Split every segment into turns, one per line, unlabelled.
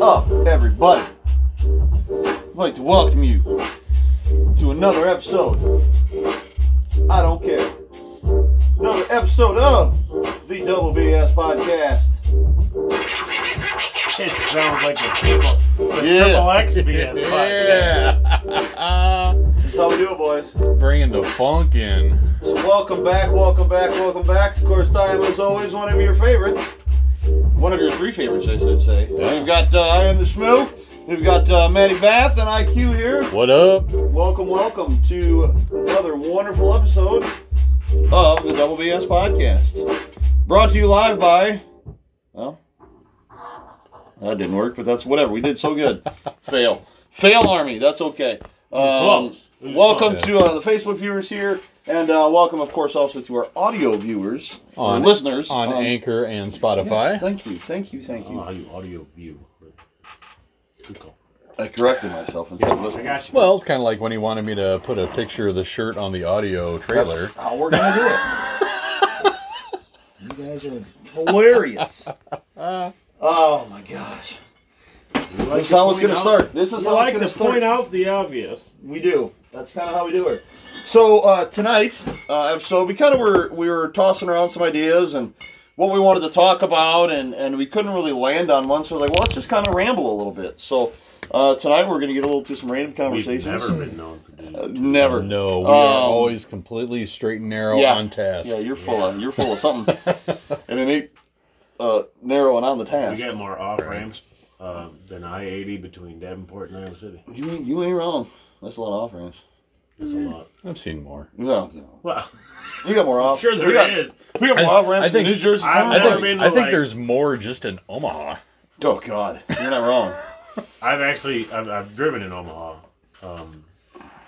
Oh, everybody. I'd like to welcome you to another episode. I don't care. Another episode of the Double BS Podcast.
It sounds like a triple, the
Yeah.
triple X BS podcast.
Yeah.
That's how we do it, boys.
Bringing the funk in.
So welcome back, welcome back, welcome back. Of course, I am, as always, one of your favorites. One of your three favorites, I should say. We've got uh, I Am the Schmoo, we've got uh, Manny Bath and IQ here.
What up?
Welcome, welcome to another wonderful episode of the Double BS Podcast. Brought to you live by, well, that didn't work, but that's whatever. We did so good. Fail. Fail Army. That's okay. Um,
close. It was
welcome
close.
to uh, the Facebook viewers here, and uh, welcome, of course, also to our audio viewers, or
On-
listeners.
On
Um,
Anchor and
yes,
Spotify.
Thank you, thank you, thank you.
Oh, you audio view. Good call.
I corrected myself and said
I
listeners.
got you.
well, it's kind of like when he wanted me to put a picture of the shirt on the audio trailer.
That's how we're gonna do it. you guys are hilarious. oh my gosh.
Uh, You like
This is how it's
point
gonna
out-
start. This is
You
how it's
like to
gonna start.
point out the obvious.
We do. That's kind of how we do it. So uh, tonight, uh, episode, we kind of were we were tossing around some ideas and what we wanted to talk about, and and we couldn't really land on one. So I was like, well, let's just kind of ramble a little bit. So uh, tonight we're gonna get a little to some random
We've
conversations.
never been known for doing
Uh,
that.
never.
No, we are
Um,
always completely straight and narrow
yeah.
on task.
Yeah, you're full of you're full of something, and it ain't uh, narrow and on the
We
task.
got more off ramps uh, than I eighty between Davenport and Iowa City.
You ain't, you ain't wrong. That's a lot of off ramps.
That's a lot.
I've seen more.
No, no.
Well,
We got more off.
sure
we
there
got,
is.
We got more
I-
off ramps
I think-
in New Jersey.
I-
town.
I
never
think,
been to
I think
like-
there's more just in Omaha.
oh God, you're not wrong.
I've actually I've, I've driven in Omaha um,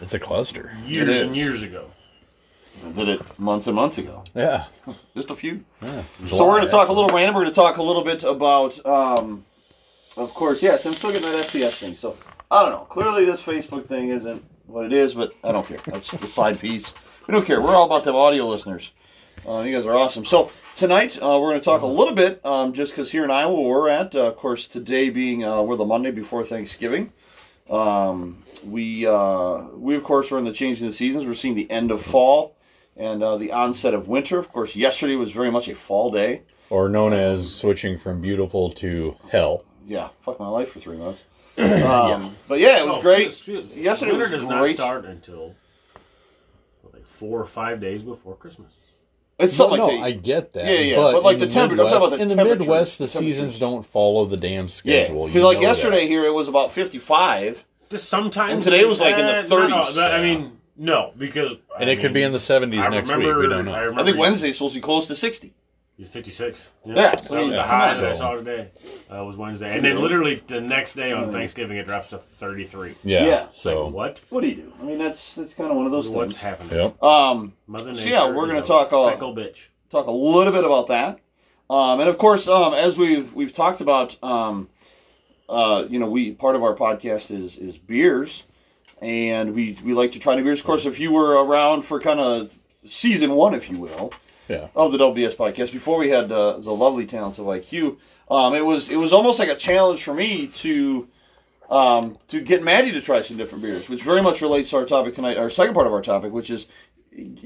It's a cluster.
years
is.
and years ago.
I did it months and months ago.
Yeah.
Just a few.
yeah.
So we're going to talk a little random. We're going to talk a little bit about, um, of course, yes, I'm still getting that FPS thing. So I don't know. Clearly, this Facebook thing isn't what it is, but I don't care. That's the side piece. We don't care. We're all about them audio listeners. Uh, you guys are awesome. So tonight uh, we're going to talk a little bit, um, just because here in Iowa where we're at, uh, of course, today being uh, we're the Monday before Thanksgiving. Um, we uh, we of course are in the changing of the seasons. We're seeing the end of fall and uh, the onset of winter. Of course, yesterday was very much a fall day.
Or known as switching from beautiful to hell.
Yeah, fuck my life for three months. Um, But yeah, it was
Oh,
great.
excuse me.
Yesterday
Winter
was
does
great.
not start until like four or five days before Christmas.
It's
No,
something
no,
like that.
I get that.
Yeah, yeah,
But,
but like
in
the temperature- I'm talking about the
Midwest- in the
temperatures,
Midwest, the
the temperatures.
seasons don't follow the damn
yeah,
schedule.
because
You
like
know that.
yesterday here it was about fifty-five.
This sometimes
And today was, like, in the
Eh, no, no,
30s,
that- I
yeah.
mean, no, because
and it could be in the 70s next week. We don't know.
I think Wednesday's supposed to be close to sixty.
He's 56.
Yeah,
that
so
was the
yeah,
high
so-
that I saw today. Uh, was Wednesday, and then literally the next day on Thanksgiving it drops to 33.
Yeah.
Yeah.
So.
What?
What do you do? I mean, that's that's kind of one of those
What's
things.
happening?
Yep.
Um,
Mother
So,
Nature.
yeah, we're
is
gonna
a
talk, uh,
Fickle bitch.
talk a little bit about that. Um, and of course, um, as we've we've talked about, um, uh, you know, we part of our podcast is is beers, and we we like to try new beers. Of course, if you were around for kind of season one, if you will,
Yeah.
of the WBS podcast before we had uh, the lovely talents of IQ, um, it was it was almost like a challenge for me to um, to get Maddie to try some different beers, which very much relates to our topic tonight, our second part of our topic, which is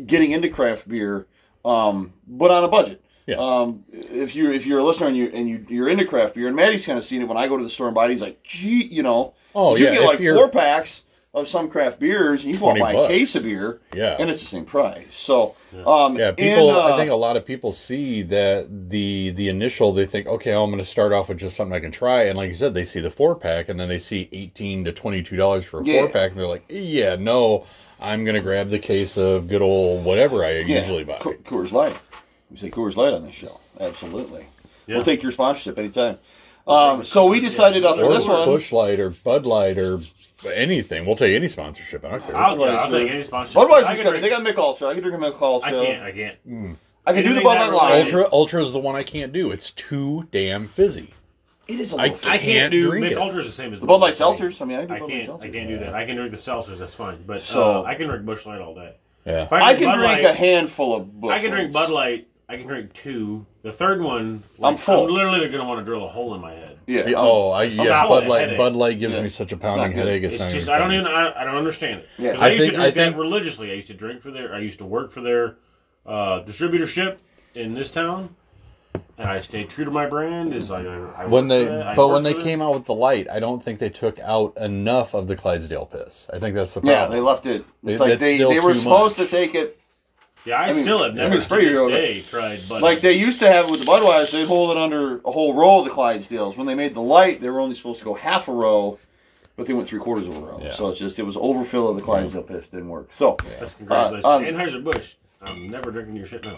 getting into craft beer, um, but on a budget.
Yeah.
Um, if you if you're a listener and you and you you're into craft beer, and Maddie's kind of seen it when I go to the store and buy. it, He's like, gee, you know,
Oh,
you
yeah,
get
if
like
you're-
four packs of some craft beers, and you go out and
20
buy a
bucks.
case of beer,
Yeah.
and it's the same price. So, um,
Yeah,
and,
people.
uh,
I think a lot of people see that the the initial. They think, okay, I'm going to start off with just something I can try, and like you said, they see the four pack, and then they see eighteen to twenty two dollars for a
Yeah.
four pack, and they're like, yeah, no, I'm going to grab the case of good old whatever I
Yeah,
usually buy.
Co- Coors Light. We say Coors Light on this show. Absolutely.
Yeah.
We'll take your sponsorship anytime. Um, so we decided uh, for
Or
this one.
Bush Light or Bud Light or anything. We'll take any sponsorship. I don't care.
I'll, yeah, I'll
Budweiser.
take any sponsorship. I
Budweiser's
can
got They
drink-
got Mick Ultra. I can drink a Mick Ultra.
I can't. I can't.
I can do the
Anything
Bud
that
Light Lime.
relates-
Ultra Ultra is the one I can't do. It's too damn fizzy.
It is a
I
little.
I
Can't
can't do.
drink it.
Mick Ultra's the same as
The Bud Light
Seltzer.
Seltzers. I mean, I do
I
Bud Light
can't. I
Seltzers.
can't do that. I can drink the seltzers. That's fine. But uh,
So-
I can drink Bush Light all day.
Yeah.
If I,
I
drink
can
Bud
drink
Light,
a handful of. Bush
I can drink
Lights.
Bud Light I can drink two. The third one,
I'm full.
literally going to want to drill a hole in my head.
Yeah. um,
Yeah, oh, I, yeah.
Stop
Bud
it.
Light.
Headaches.
Bud Light gives
Yeah.
me such a
not
pounding
good.
headache. It's,
It's
not
just
even
I don't
funny.
even I, I don't understand it.
Yeah.
'Cause
I
I, used
think-
to
I
drink
think-
that religiously. I used to drink for their I used to work for their uh, distributorship in this town, and I stayed true to my brand. Is like I, I worked
when they,
for that, I
but when
worked
they
for that.
came out with the light, I don't think they took out enough of the Clydesdale piss. I think that's the
Yeah, they
problem.
left it.
It-
It's like
that's
they,
still
they were
too
supposed
much.
to take it
yeah, I,
I mean,
still have
I
never
mean,
to
three year
this
old-
day tried, but
like they used to have with the Budweiser. They'd hold it under a whole row of the Clydesdales. When they made the light, they were only supposed to go half a row, but they went three quarters of a row.
Yeah.
So it's just it was overfill of the Clydesdale piss. Didn't work. So
that's congratulations.
um,
Anheuser Busch, I'm never drinking your shit now.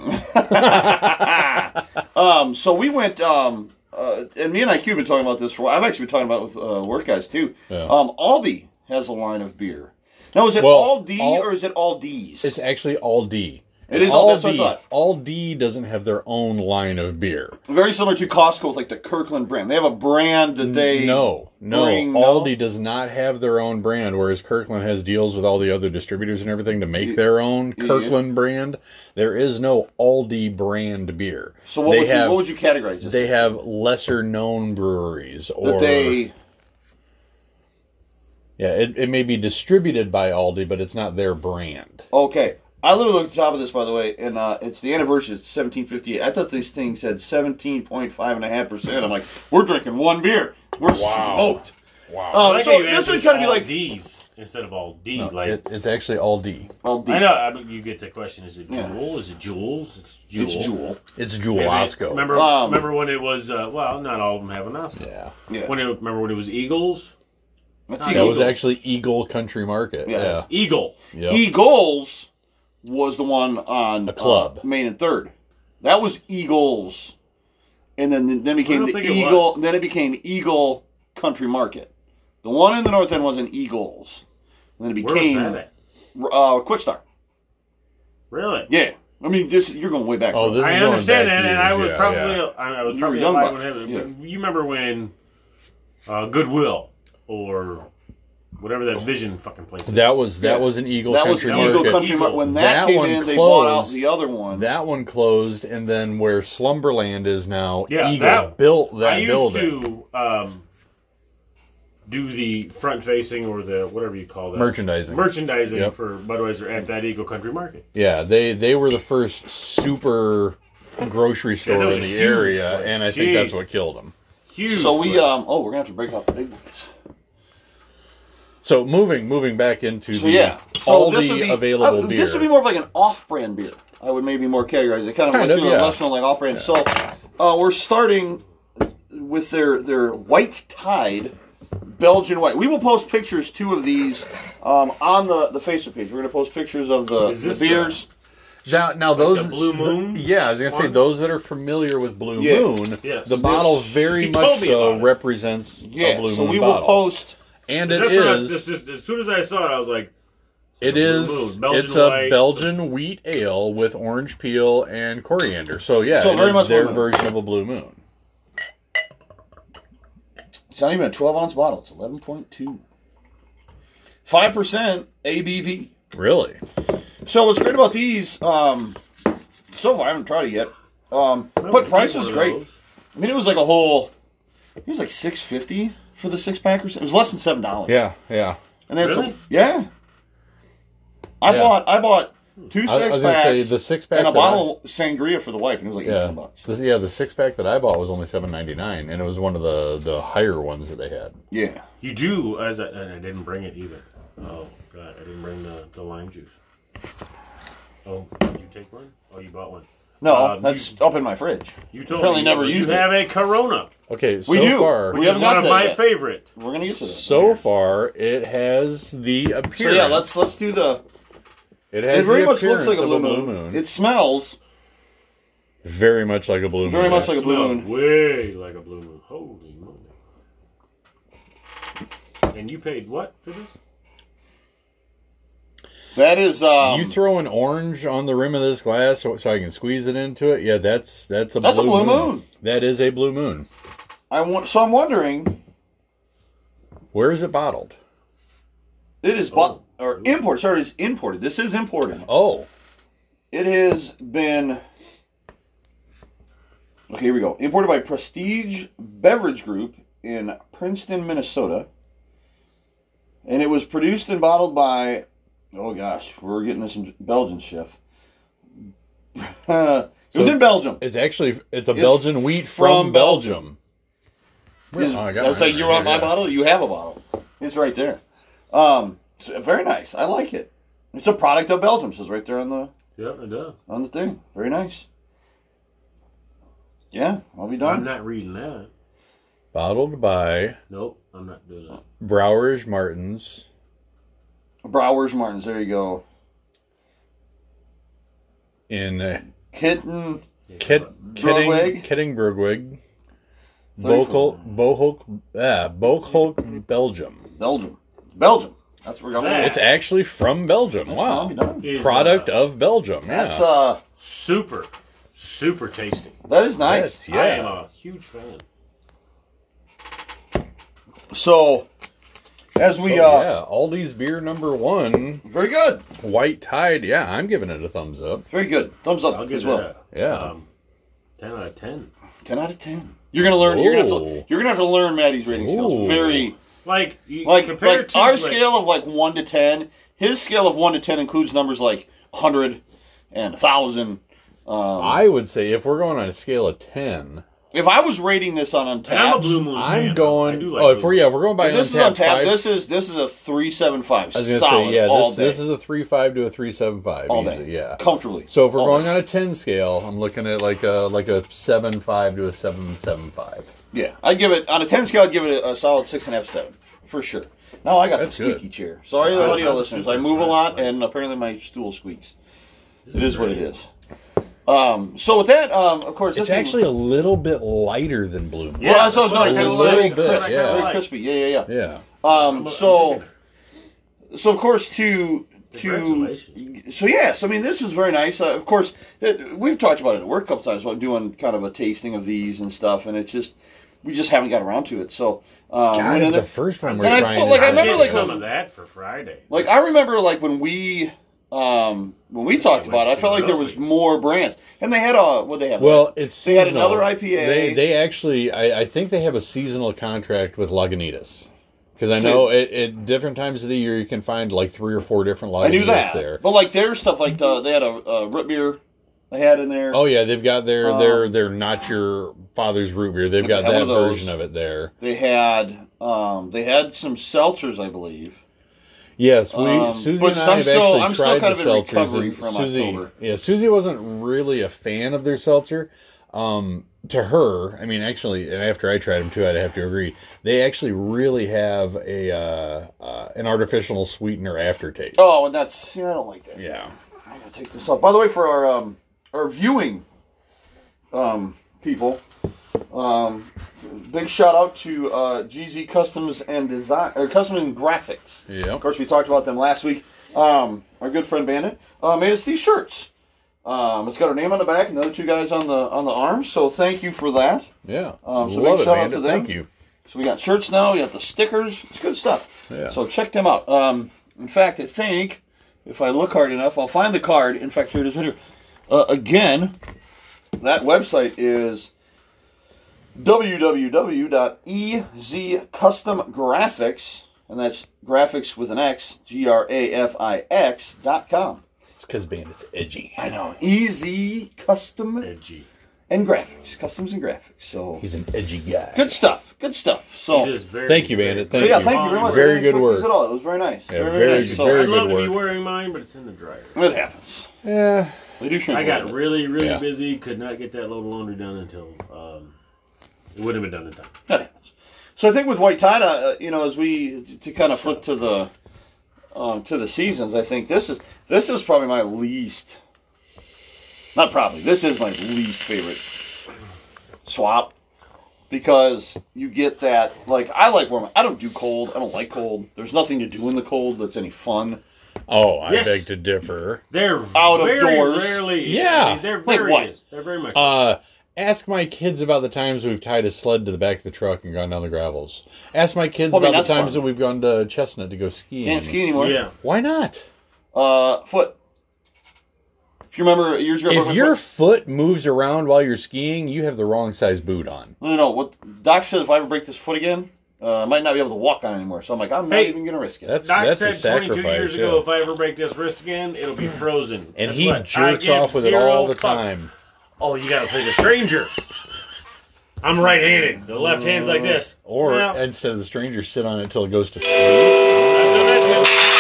Um, so we went, um, uh, and me and IQ have been talking about this for a while. I've actually been talking about it with uh, work guys too.
Yeah.
Um, Aldi has a line of beer. Now, is it
Well,
all D
all-
or is it all D's?
It's actually all D.
It is all-
all
that's what I
D.
thought.
All D doesn't have their own line of beer.
Very similar to Costco with like the Kirkland brand. They have a brand that they
no, no.
bring-
Aldi does not have their own brand, whereas Kirkland has deals with all the other distributors and everything to make their own
yeah.
Kirkland brand. There is no Aldi brand beer.
So what
they
would you
have
what would you categorize this?
they
as?
have lesser known breweries or
that they
yeah, it, it may be distributed by Aldi, but it's not their brand.
okay. I literally looked at the top of this, by the way, and uh, it's the anniversary. It's 1758. I thought this thing said 17.5%. I'm like, we're drinking one beer. We're smoked.
Wow,
Um,
I like how
so
you
this
answered
would kind of be
all
like
D's instead of all D. like
it, it's actually Aldi.
Aldi.
I know I mean, you get the question: Is it
Yeah.
Jewel? Is it Jules? It's Jewel.
It's Jewel.
It's Jewel
Maybe-
Osco.
Remember,
Um,
remember when it was? Uh, well, not all of them have an Osco.
Yeah,
Yeah.
When it, remember when it was Eagles?
That's
That
that was
Eagles.
actually Eagle Country Market.
Yeah.
Yeah,
Eagle.
yeah.
Eagles was the one on
A club.
uh, Main and Third. That was Eagles, and then then became
don't
the
think it
Eagle. Then it became Eagle Country Market. The one in the north end was an Eagles, and then it
Where was
became
that at?
uh, Quick Start.
Really?
Yeah, I mean, just you're going way back.
Oh, this is
I
going
understand
back
that, and I
years,
was
yeah,
probably
yeah.
I, I was
You were
probably
young
alive
back
when it happened.
then.
But You remember when uh, Goodwill or whatever that Vision fucking place. is.
Oh. That was that
Yeah.
was an Eagle
that was
Country
Eagle
Market.
Country Market. When that,
That
came
one
in, they bought out
closed.
the other one.
That one closed, and then where Slumberland is now,
Yeah,
Eagle
that-
built that
I used
building.
to um, do the front facing or the whatever you call that
Merchandising.
merchandising
Yep.
for Budweiser at that Eagle Country Market.
yeah, they they were the first super grocery store
was
in
a
the
huge
area,
place.
and I think that's
Jeez.
what killed them.
Huge.
so we
place.
um oh we're gonna have to break out the big boys.
So moving moving back into
So
the,
yeah, so
all
this
the
would be,
available
I-
beer.
This would be more of like an off-brand beer. I would maybe more categorize it. Kind of, like,
Kind of,
you know,
yeah.
less than like off-brand. So uh, we're starting with their their white tide Belgian white. We will post pictures two of these um, on the the Facebook page. We're going to post pictures of the,
Is
the
this
beers.
now, now those
the Blue Moon
th- yeah, I was gonna say
one?
those that are familiar with Blue
Yeah.
Moon,
Yes.
the bottle very
He
much
told me
so
about it.
represents a
yeah,
Blue
so
Moon
we will
bottle,
post.
and it
That's what I-
is
this- this- as soon as I saw it, I was like,
It
Blue
is.
Moon, Belgian
it's a
white.
Belgian wheat ale with orange peel and coriander. So yeah,
So
it
very
is
much
their
Blue Moon.
version of a blue moon.
It's not even a twelve ounce bottle. It's eleven point two. Five percent ABV.
Really?
So what's great about these? Um, so far I haven't tried it yet. Um, but price was great. I mean, it was like a whole. It was like six fifty for the six pack or something. It was less than seven dollars.
Yeah, yeah.
and that's
Really?
yeah. I
Yeah.
bought I bought two
I, I
six
was gonna say
packs
the six pack.
and a
that
bottle of sangria for the wife, and it was like
I, yeah,
eighteen bucks.
This- yeah. The six pack that I bought was only seven ninety nine, and it was one of the the higher ones that they had.
Yeah,
You do, as I, and I didn't bring it either. Oh God, I didn't bring the, the lime juice. Oh, did you take one? Oh, you bought one.
no,
Um,
that's up in my fridge.
You told
Apparently
me
never
you
used it.
have a Corona,
Okay, so
We do.
far,
We
which
haven't
is one
got
of
to that
my
yet.
favorite.
We're gonna get to that.
so far it has the appearance.
so yeah, let's let's do the.
It
It
has
very
the
much looks
appearance
like a
of
blue moon. It smells
very much like a blue moon.
very much like a blue
Smelled
moon.
Way like a blue moon. Holy moly! And you paid what for this?
That is um,
you throw an orange on the rim of this glass so, so I can squeeze it into it. Yeah, that's that's a
That's a
blue,
blue
moon.
moon.
That is a blue moon.
I want. So I'm wondering,
Where is it bottled?
it is bought or imported. Sorry, it's imported. This is imported.
Oh,
It has been Okay, here we go. Imported by Prestige Beverage Group in Princeton, Minnesota. And it was produced and bottled by, oh gosh, we're getting this some Belgian chef. it was in Belgium.
It's actually it's a Belgian wheat from,
from
Belgium.
Is-
Oh, I got it
I was like,
right
you want my
here, yeah.
bottle? You have a bottle. It's right there. Um, it's very nice. I like it. It's a product of Belgium. Says right there on the
Yep, it does.
on the thing. Very nice. Yeah, I'll be
I'm
done.
not reading that.
Bottled by
Nope, I'm not doing that.
Browers Martins.
Browers Martins. There you go.
in uh,
Kitten.
Yeah,
Kit,
but-
Kitting,
Brugwig?
Kittingbergwig,
Thirty four.
Bochol, Bohulk, ah, Bochulk, Belgium.
Belgium. Belgium. That's where we're going.
That-
It's actually from Belgium.
That's- I'll
Wow.
be done.
is,
Product
uh,
of Belgium. Yeah.
That's uh
super, super tasty.
that is nice.
That's-
I am
yeah.
a huge fan.
So as we
So,
uh
Oh, yeah. Aldi's beer number one,
very good.
White Tide. Yeah, I'm giving it a thumbs up.
Very good. Thumbs up
I'll give
as
it
well.
a
Yeah.
um, ten out of ten.
Ten out of ten. You're gonna learn you're gonna have
Ooh.
to you're gonna have to learn Maddie's rating
Ooh.
scales. Very
Like you,
like,
compared
like
to
our
like,
scale of like one to ten, his scale of one to ten includes numbers like hundred and thousand. Um,
I would say if we're going on a scale of 10,
if I was rating this on
And I'm a
Untapped,
Blue Moon. fan,
I'm
though.
going.
I do like
oh,
Blue
if we're, yeah, if we're going by
if this is
untapped
Untapped.
five,
This is this is a three seven five
I was
solid
going to say, yeah,
all
this,
day,
this is a 3.5 to a 3.75.
all
easy,
day,
Yeah.
comfortably.
So if we're
All
going
day.
on a ten scale, I'm looking at like a like a seven five to a seven seven five.
yeah, I'd give it on a ten scale. I'd give it a, a solid six and a half seven for sure. Now I got
That's
the
good.
squeaky chair. Sorry, to the
I-
audio
I'm
listeners. I
super
move a lot,
impressed.
and apparently my stool squeaks.
This
It is what it
great.
is. Um, so with that, um, of course, this
It's
one-
actually a little bit lighter than blue. Moon.
Yeah,
well, that's what I was
that's
going.
what
Kind
I
of
was
very
a little
crisp,
bit, yeah.
very crispy. Yeah, yeah, yeah.
Yeah.
I'm-
Um,
I'm
so,
thinking-
so of course, to to
Congratulations.
so yes, I mean this was very nice. Uh, of course, it, we've talked about it at work a couple times about doing kind of a tasting of these and stuff, and it's just we just haven't got around to it. So, um,
God,
when
if
in
the
the-
first one
And
we're
I
trying.
feel
to
like I
I'm
do-
remember,
getting
like,
some
when-
of that for Friday.
like I remember like when we um when we talked about it, I felt like there was more brands, and they had a what they had.
Well, it's
They had
seasonal.
another IPA.
They they actually, I, I think they have a seasonal contract with Lagunitas because I
So-
know at, at different times of the year you can find like three or four different Lagunitas
I knew that,
there.
but like their stuff, like the, they had a, a root beer they had in there.
Oh yeah, they've got their
Uh,
their their not your father's root beer. They've got
have one
that
of those.
version of it there.
They had um, they had some seltzers, I believe.
Yes, we
Um,
Susie
which
and I
I'm
have
still-
actually
I'm still
tried
kind of
the
in
seltzers.
recovery
and
from
Susie,
October.
yeah, Susie wasn't really a fan of their seltzer. Um, to her, I mean, actually, and after I tried them too, I'd have to agree. They actually really have a uh, uh, an artificial sweetener aftertaste.
Oh, and that's yeah, I don't like that.
Yeah,
I'm gonna take this off. By the way, for our um, our viewing um, people, um, big shout out to uh, GZ Customs and Design or Custom and Graphics.
yeah.
Of course, we talked about them last week. Um, our good friend Bandit uh, made us these shirts. Um, it's got our name on the back and the other two guys on the on the arms. So thank you for that.
Yeah,
Um, so
love
big
it,
shout out
man.
to them.
Thank you.
So we got shirts now. We got the stickers. It's good stuff.
Yeah.
So check them out. Um, in fact, I think if I look hard enough, I'll find the card. In fact, here it is right here. Uh, again, that website is E www.ezcustomgraphics, and that's graphics with an X, G R A F I X dot com.
It's because Bandit's edgy.
I know. Easy Custom
Edgy.
and Graphics. Customs and Graphics. So
He's an edgy guy.
good stuff. Good stuff. So.
It is very.
Thank you, Bandit.
So
Thank
yeah,
you.
thank you very much.
Very
I didn't
good
expect
work.
this At all. It was very nice.
Yeah, very
nice.
good-
So,
very
I'd love to
good
be
work.
wearing mine, but it's in the dryer.
It happens.
Yeah,
We do shrink.
I
a
got
little bit.
really, really
Yeah.
busy. Could not get that load of laundry done until um, it wouldn't have been done in time.
That happens. So I think with White Tide, uh, you know, as we to kind of flip to the um, to the seasons, I think this is this is probably my least. Not probably. This is my least favorite swap because you get that like I like warm. I don't do cold. I don't like cold. There's nothing to do in the cold that's any fun.
Oh, I
Yes.
beg to differ.
They're
Out of
very
doors.
Rarely,
Yeah.
they're
Like
very.
what?
They're very much.
Uh, ask my kids about the times we've tied a sled to the back of the truck and gone down the gravels. Ask my kids
Well, I mean,
about the
that's
times
fun.
that we've gone to Mm-hmm. Chestnut to go skiing.
Can't ski anymore.
yeah.
Why not?
Uh, foot. Uh, If you remember years ago, I broke my
If your
foot-
foot moves around while you're skiing, you have the wrong size boot on.
no, no, no, what Doc said, if I ever break this foot again, uh, I might not be able to walk on it anymore. So I'm like, I'm not
Hey,
even gonna risk it.
That's
Doc
that's a
said 22
sacrifice.
years ago,
yeah.
if I ever break this wrist again, it'll be frozen.
and
Guess
he
what? I
jerks
give
off with it all
zero
the
fuck.
time.
Oh, you gotta play the stranger. I'm right-handed. The left hand's like this.
Or
Yeah.
instead of the stranger, sit on it until it goes to sleep.
I've done that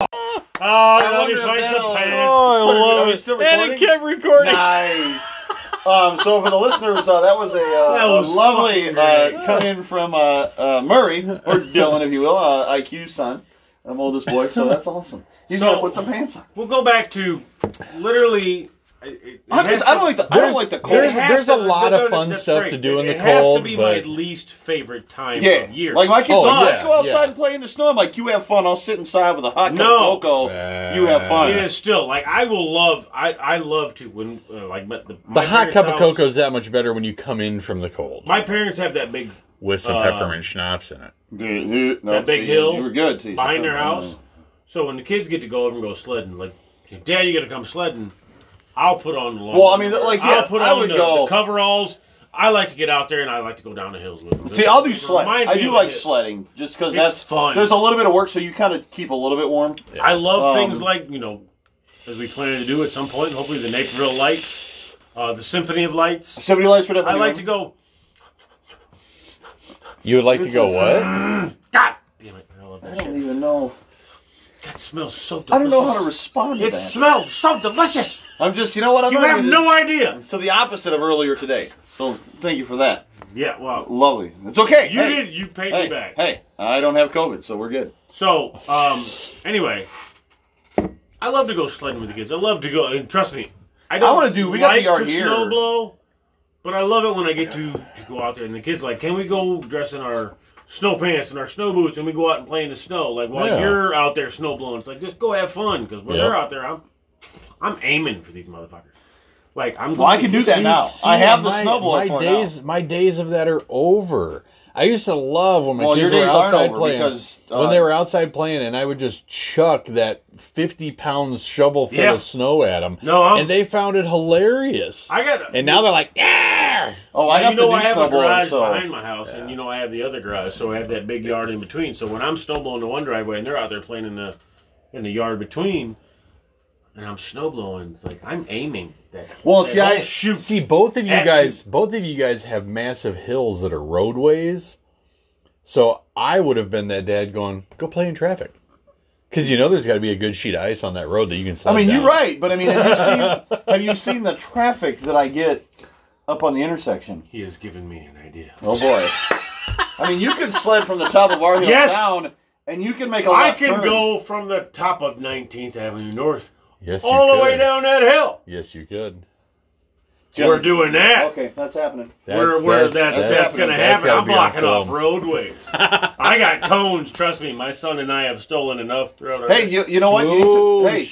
too. Oh, I love
wonder
you.
if
Find some
that'll-
pants.
Sorry, are we still
And Oh, it
recording?
kept recording.
Nice. Um, so for the listeners, uh, that was a, uh,
That was
a lovely
fucking
uh,
great.
cut in from uh, uh, Murray or Dylan, if you will, uh, IQ's son, um, oldest boy. So that's awesome. He's
So-
gonna put some pants on.
We'll go back to literally. It, it
I'm
has
just, I
to-
don't like the I don't like the cold.
it has
There's a
to- no,
lot
no,
of
no,
fun
that's
stuff
great.
to do in the
it has to
cold,
be
but-
my least favorite time
Yeah,
of year.
like my kids.
Oh,
like,
yeah,
Let's go outside
yeah.
and play in the snow. I'm like, you have fun. I'll sit inside with a hot cup
No.
of cocoa.
Uh,
you have fun.
it is still like I will love. I I love to when uh, like my, the,
The
my
hot
parents'
cup of
house-
cocoa is that much better when you come in from the cold
My parents have that big
with some
Uh,
peppermint schnapps in it.
No,
That big
see,
hill
You were good. see,
behind their
something.
house. So when the kids get to go over and go sledding, like, Dad, you got to come sledding. I'll put on the long.
Well, I mean, like, yeah,
I'll put
I
on
would
the,
go-
the coveralls. I like to get out there and I like to go down the hills with them.
See, I'll do sledding.
Reminds
I
me
do
of
like
the-
sledding just because
It's
that's
fun.
There's a little bit of work, so you kind of keep a little bit warm.
I
Um,
love things like you know, as we plan to do at some point. Hopefully, the Naperville Lights, uh, the Symphony of Lights.
Somebody likes whatever.
I
you
like
do.
to go.
You would like to
This
go
is-
what?
God damn it! I love
I
that
don't
shit.
even know.
That smells so delicious.
I don't know how to respond to
It
that.
smells so delicious.
I'm just, you know what? I'm
You
not
have
even-
no idea.
So the opposite of earlier today. So thank you for that.
Yeah, well,
Lovely. It's okay.
you
hey,
did. You paid
Hey,
me back.
hey, I don't have COVID, so we're good.
So, um, anyway, I love to go sledding with the kids. I love to go, and trust me, I don't.
wanna do- we got the
like
yard
to
here.
snow blow, but I love it when I get to to go out there, and the kids like, can we go dress in our snow pants and our snow boots, and we go out and play in the snow? Like while
Yeah.
you're out there snow blowing, it's like just go have fun because when
Yep.
they're out there, I'm I'm aiming for these motherfuckers. Like I'm.
Well, I can do that now. I have the
my,
snowblower
my
for now.
days. My days of that are over. I used to love when my
Well, your
kids were
days aren't
outside
over
playing.
because, uh,
when they were outside playing, and I would just chuck that fifty pound shovel full
Yeah.
of snow at them.
No, I'm-
and they found it hilarious.
I got.
and now they're like, yeah.
Oh, I
Now,
have
you know
to
I
do
have a
snowboard,
garage
so
behind my house, and you know I have the other garage, so I have that big yard in between. So when I'm snowblowing to one driveway and they're out there playing in the in the yard between, and I'm snowblowing, it's like I'm aiming that.
Well,
that
see, I-
whole shoot.
See, both of you
Action.
guys, both of you guys have massive hills that are roadways. So I would have been that dad going, go play in traffic. Because you know there's got to be a good sheet of ice on that road that you can slide
I mean,
down.
you're right, but I mean, have you seen have you seen the traffic that I get up on the intersection?
he has given me an idea.
Oh boy! I mean, you can sled from the top of our hill
Yes.
down, and you can make a
I
left
can
turn.
go from the top of 19th Avenue North
Yes, you
all the way
could.
down that hill.
Yes, you could.
Yeah.
We're doing that.
Okay, that's happening.
where where that, that's, going to happen.
gotta
I'm
be on
blocking off
film.
roadways. I got cones. Trust me, my son and I have stolen enough throughout our
Hey, you, you know what? You need
Oh,
some, hey,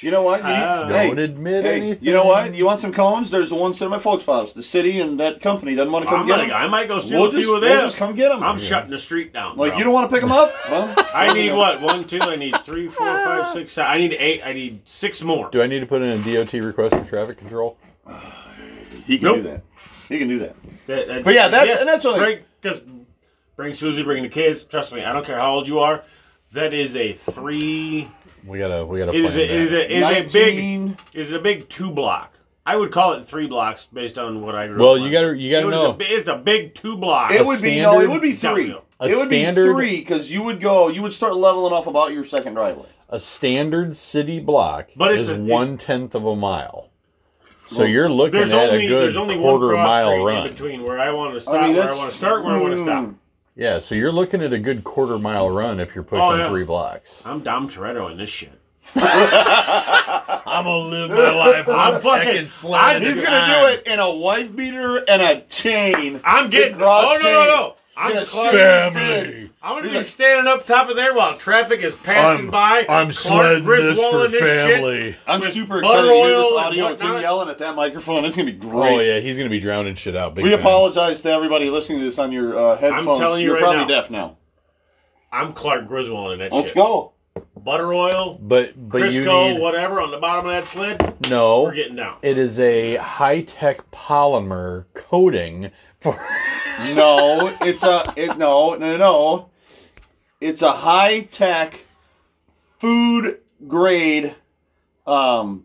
you know what? You need,
Ah.
hey,
Don't admit
hey,
anything.
you know what? You want some cones? There's the ones sitting at my folks' house. The city and that company doesn't want to come
I'm
get
gonna,
them.
I might go steal
We'll
a few
just,
of
we'll
them.
just come get them.
I'm shutting the street down.
like
bro.
you don't want to pick them up? Well,
I need what? One, two. I need three, four, five, six. Seven. I need eight. I need six more.
Do I need to put in a DOT request for traffic control?
He can
Nope.
do that. He can do that.
That- that-
But yeah, that's- and that's what I-
bring, cause bring Susie, bring the kids. Trust me, I don't care how old you are. That is a three.
We gotta, we gotta.
It is
plan
a, it is
that.
a, is a big
19
is a big two block. I would call it three blocks based on what I grew
Well,
up.
you
on.
gotta- you gotta
It was
know.
a bi- it's a big two block.
It
A
would be no. It
standard-
would be three.
Downhill.
A
It would be
standard-
three because you would go. You would start leveling off about your second driveway.
a standard city block
But it's
is
a- it-
one tenth of a mile. So you're looking
There's
at
only
a good
there's only
quarter
one cross
mile
street
run.
in between where I want to stop,
mean,
where I
that's-
want to start, where I want to stop.
Mm.
Yeah, so you're looking at a good quarter mile run if you're pushing
Oh, yeah.
three blocks.
I'm Dom Toretto in this shit.
I'm I'm gonna live my life.
I'm
I'm
fucking-
fucking sliding.
I-
He's gonna do it in a wife beater and a chain.
I'm getting.
Big cross
Oh no no no!
chain.
I'm
Gonna
Clark-
stab
Family.
I'm gonna
He's
be
like-
standing up top of there while traffic is passing
I'm-
by. Clark
I'm sledding this for
Griswolding shit.
family.
I'm
with
super excited
butter
to hear this
oil and
audio with him
whatnot.
yelling at that microphone. It's gonna be great.
Oh yeah, he's gonna be drowning shit out. Big
We
time.
apologize to everybody listening to this on your uh, headphones.
telling you
You're
right
probably
now.
deaf now.
I'm Clark Griswold in that
Let's
shit.
go.
Butter oil,
But but you
Crisco,
need
whatever on the bottom of that sled.
no.
We're getting down.
It is a high tech polymer coating for.
No, it's a it no no no. It's a high tech food grade um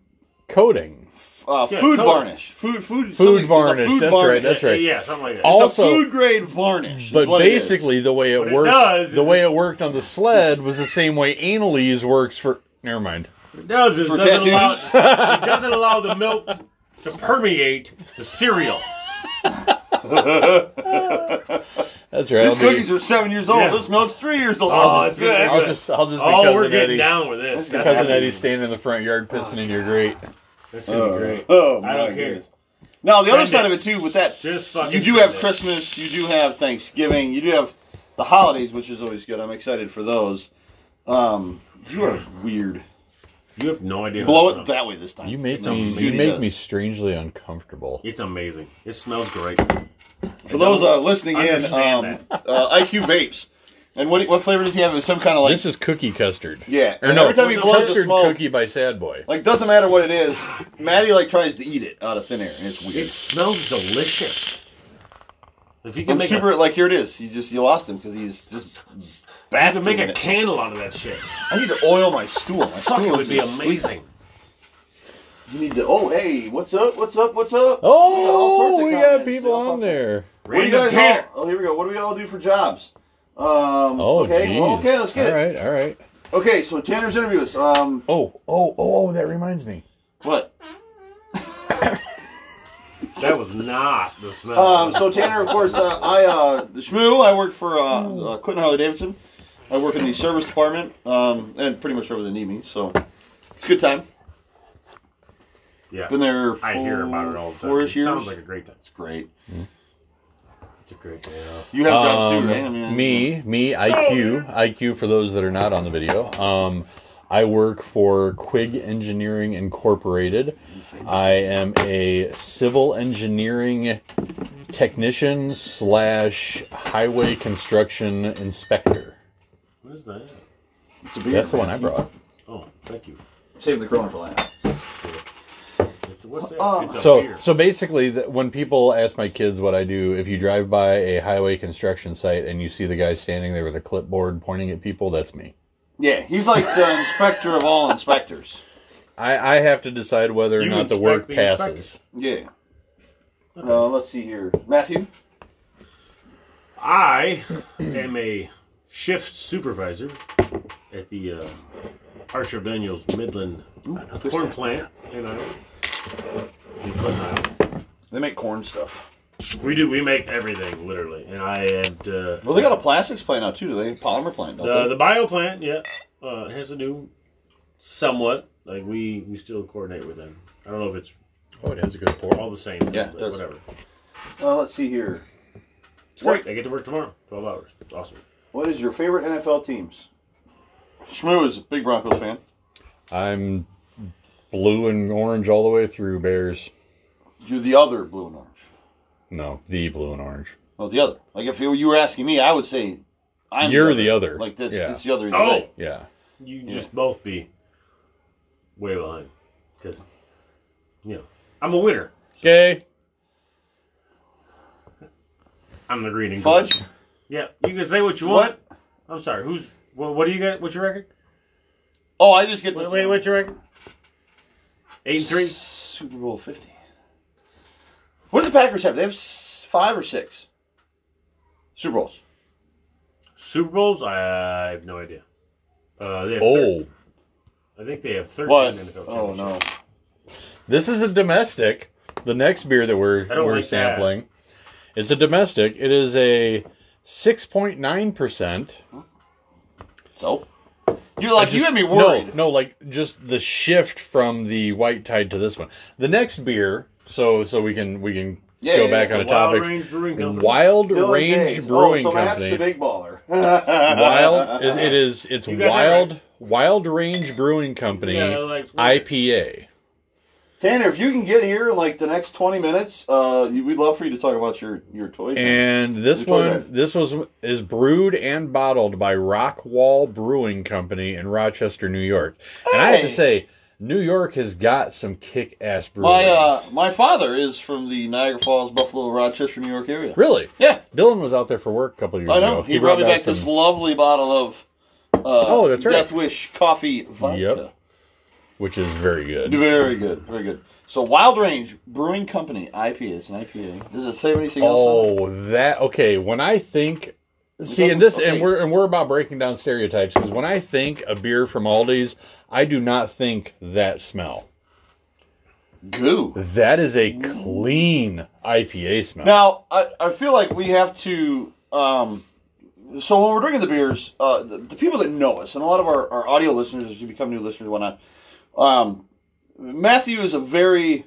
coating.
uh,
Yeah,
food
totally.
varnish. Food food
Food
something- it's a
varnish.
food
that's
varnish.
right. That's right.
Yeah, something like that.
All-
It's
Also-
a food grade varnish. is
But
what it is.
basically, the way it
it
worked,
does
the
is
way
it-
it worked on the sled was the same way analese works for. Never mind.
It does is
For
doesn't allow,
tattoos?
it doesn't allow the milk to permeate the cereal.
That's right.
these
I'll be-
cookies are seven years old.
Yeah.
This milk's three years old.
Oh, it's
Good.
gonna
I'll just, I'll just. be
Oh, we're
Cousin
getting
Eddie.
down with this.
That's
That's,
Cousin Eddie's standing in the front yard pissing in your grate.
that's gonna be great.
Oh,
I don't
my
care.
goodness. Now the other
Send
side
it.
of it too, with that
Just fucking.
you do
send
have
it.
Christmas, you do have Thanksgiving, you do have the holidays, which is always good. I'm excited for those. Um, you are weird.
You have no idea.
Blow
how
it that way this time.
You make
No,
me. You
Judy
make
does.
me strangely uncomfortable.
It's amazing. It smells great.
For those uh, listening in, um,
Understand
uh, IQ vapes. And what what flavor does he have? It's some kind of like
This is cookie custard.
yeah.
Or
and
no,
every time he blows the
custard
smoke,
cookie by Sad Boy.
like doesn't matter what it is, Maddie like tries to eat it out of thin air, and it's weird.
It smells delicious. If you can
I'm
make
super
a,
like here it is. You just you lost him because he's just
you
basking
can make
in
a
it.
candle out of that shit.
I need to oil my stool. My
Fuck,
stool
it
is
would be
just sleeping.
amazing.
You need to. Oh, hey, what's up? What's up? What's up? We got all sorts
Oh,
of
we got
comments.
people on there.
What do you
Random
guys
Tanner.
all, Oh, here we go. What do we all do for jobs? Um,
Oh,
okay.
geez.
Well, okay, let's get
All
it.
right, all right.
Okay, so Tanner's interviews. Um,
Oh, oh, oh, oh, that reminds me.
what?
That was not the smell.
Um, so Tanner, of course, uh, I uh, Shmoo. I work for uh, uh, Clinton Harley Davidson. I work in the service department, um, and pretty much wherever they need me. So it's a good time.
yeah,
Been there. Four,
I hear about it all the time.
Four-ish
It
years.
sounds like a great time.
it's great.
It's a great day off.
You have jobs
Um,
too, right? I mean,
me, me, IQ, IQ. For those that are not on the video, um, I work for Quig Engineering Incorporated. I am a civil engineering technician slash highway construction inspector.
What is that?
it's a beer.
That's the one I brought.
Oh, thank you.
Save the Corona for last.
It's, what's that?
Oh.
it's a
So,
beer.
so basically, th when people ask my kids what I do, if you drive by a highway construction site and you see the guy standing there with a clipboard pointing at people, that's me.
Yeah, he's like the inspector of all inspectors.
I, I have to decide whether or
You
not the
inspect
work
the
passes.
Yeah. Uh, let's see here, Matthew.
I am a shift supervisor at the uh, Archer Daniels Midland corn plant in Iowa. In Clinton, Iowa.
They make corn stuff.
We do. We make everything literally, and I had uh,
Well, they got a plastics plant now too. Do they polymer plant? Don't
the
they?
the bio plant. Yeah, uh, it has to do somewhat. Like we we still coordinate with them. I don't know if it's
Oh, it has a good pour.
all the same.
Yeah, it
but
does.
whatever.
Uh, let's see here.
It's great. I get to work tomorrow. Twelve hours. It's awesome.
What is your favorite NFL teams? Shmoo is a big Broncos fan.
I'm blue and orange all the way through Bears.
You're the other blue and orange.
No, the blue and orange.
Well, the other. Like if you were asking me, I would say I'm
You're the other.
Like this,
Yeah.
it's the other. either
Oh,
way.
Yeah.
you can just both be way behind because you know I'm a winner.
Okay.
I'm the green and gold.
fudge.
Yeah, you can say what you want.
What?
I'm sorry. Who's? Well, what do you got? What's your record?
Oh, I just get this.
Wait, wait, what's your record? Eight and three.
Super Bowl Fifty. What do the Packers have? They have s- five or six Super Bowls.
Super Bowls? I have no idea. Uh, they have
Oh,
thir- I think they have thirteen
What?
NFL
Oh no.
championships.
this is a domestic. The next beer that we're
I don't
we're
like that.
sampling, it's a domestic. It is a six point nine percent
So You're like, Oh, you
Just-
had me worried.
No, no, like just the shift from the white tide to this one. The next beer, so so we can we can
Yeah,
go
yeah,
back
yeah.
on a
Wild
topic.
Range Brewing Company.
Wild
Bill and
Range
James.
Brewing
oh, so
Company.
That's the big baller.
wild it, it is it's
You got that
wild Wild Range Brewing Company
Yeah, like-
IPA.
Tanner, if you can get here in like the next 20 minutes, uh, you- we'd love for you to talk about your, your toys.
And this
We told
one,
her.
this was is brewed and bottled by Rockwall Brewing Company in Rochester, New York. And I have to
Hey!
say, New York has got some kick-ass
my,
breweries.
uh, my father is from the Niagara Falls, Buffalo, Rochester, New York area.
really,
Yeah,
Dylan was out there for work a couple years
I know.
ago.
He, brought me back this
some-
lovely bottle of uh,
Oh, that's right.
Death Wish coffee vodka.
Yep. which is very good.
Very good, very good. So Wild Range Brewing Company IPA. It's an IPA. Does it say anything else? on it?
Oh, that okay. When I think, see, and this, and
Okay.
we're and we're about breaking down stereotypes because when I think a beer from Aldi's, I do not think that smell. Oh.
Goo.
That is a clean IPA smell.
Now I, I feel like we have to. Um, so when we're drinking the beers, uh, the, the people that know us, and a lot of our, our audio listeners, as you become new listeners, and whatnot. Um, Matthew is a very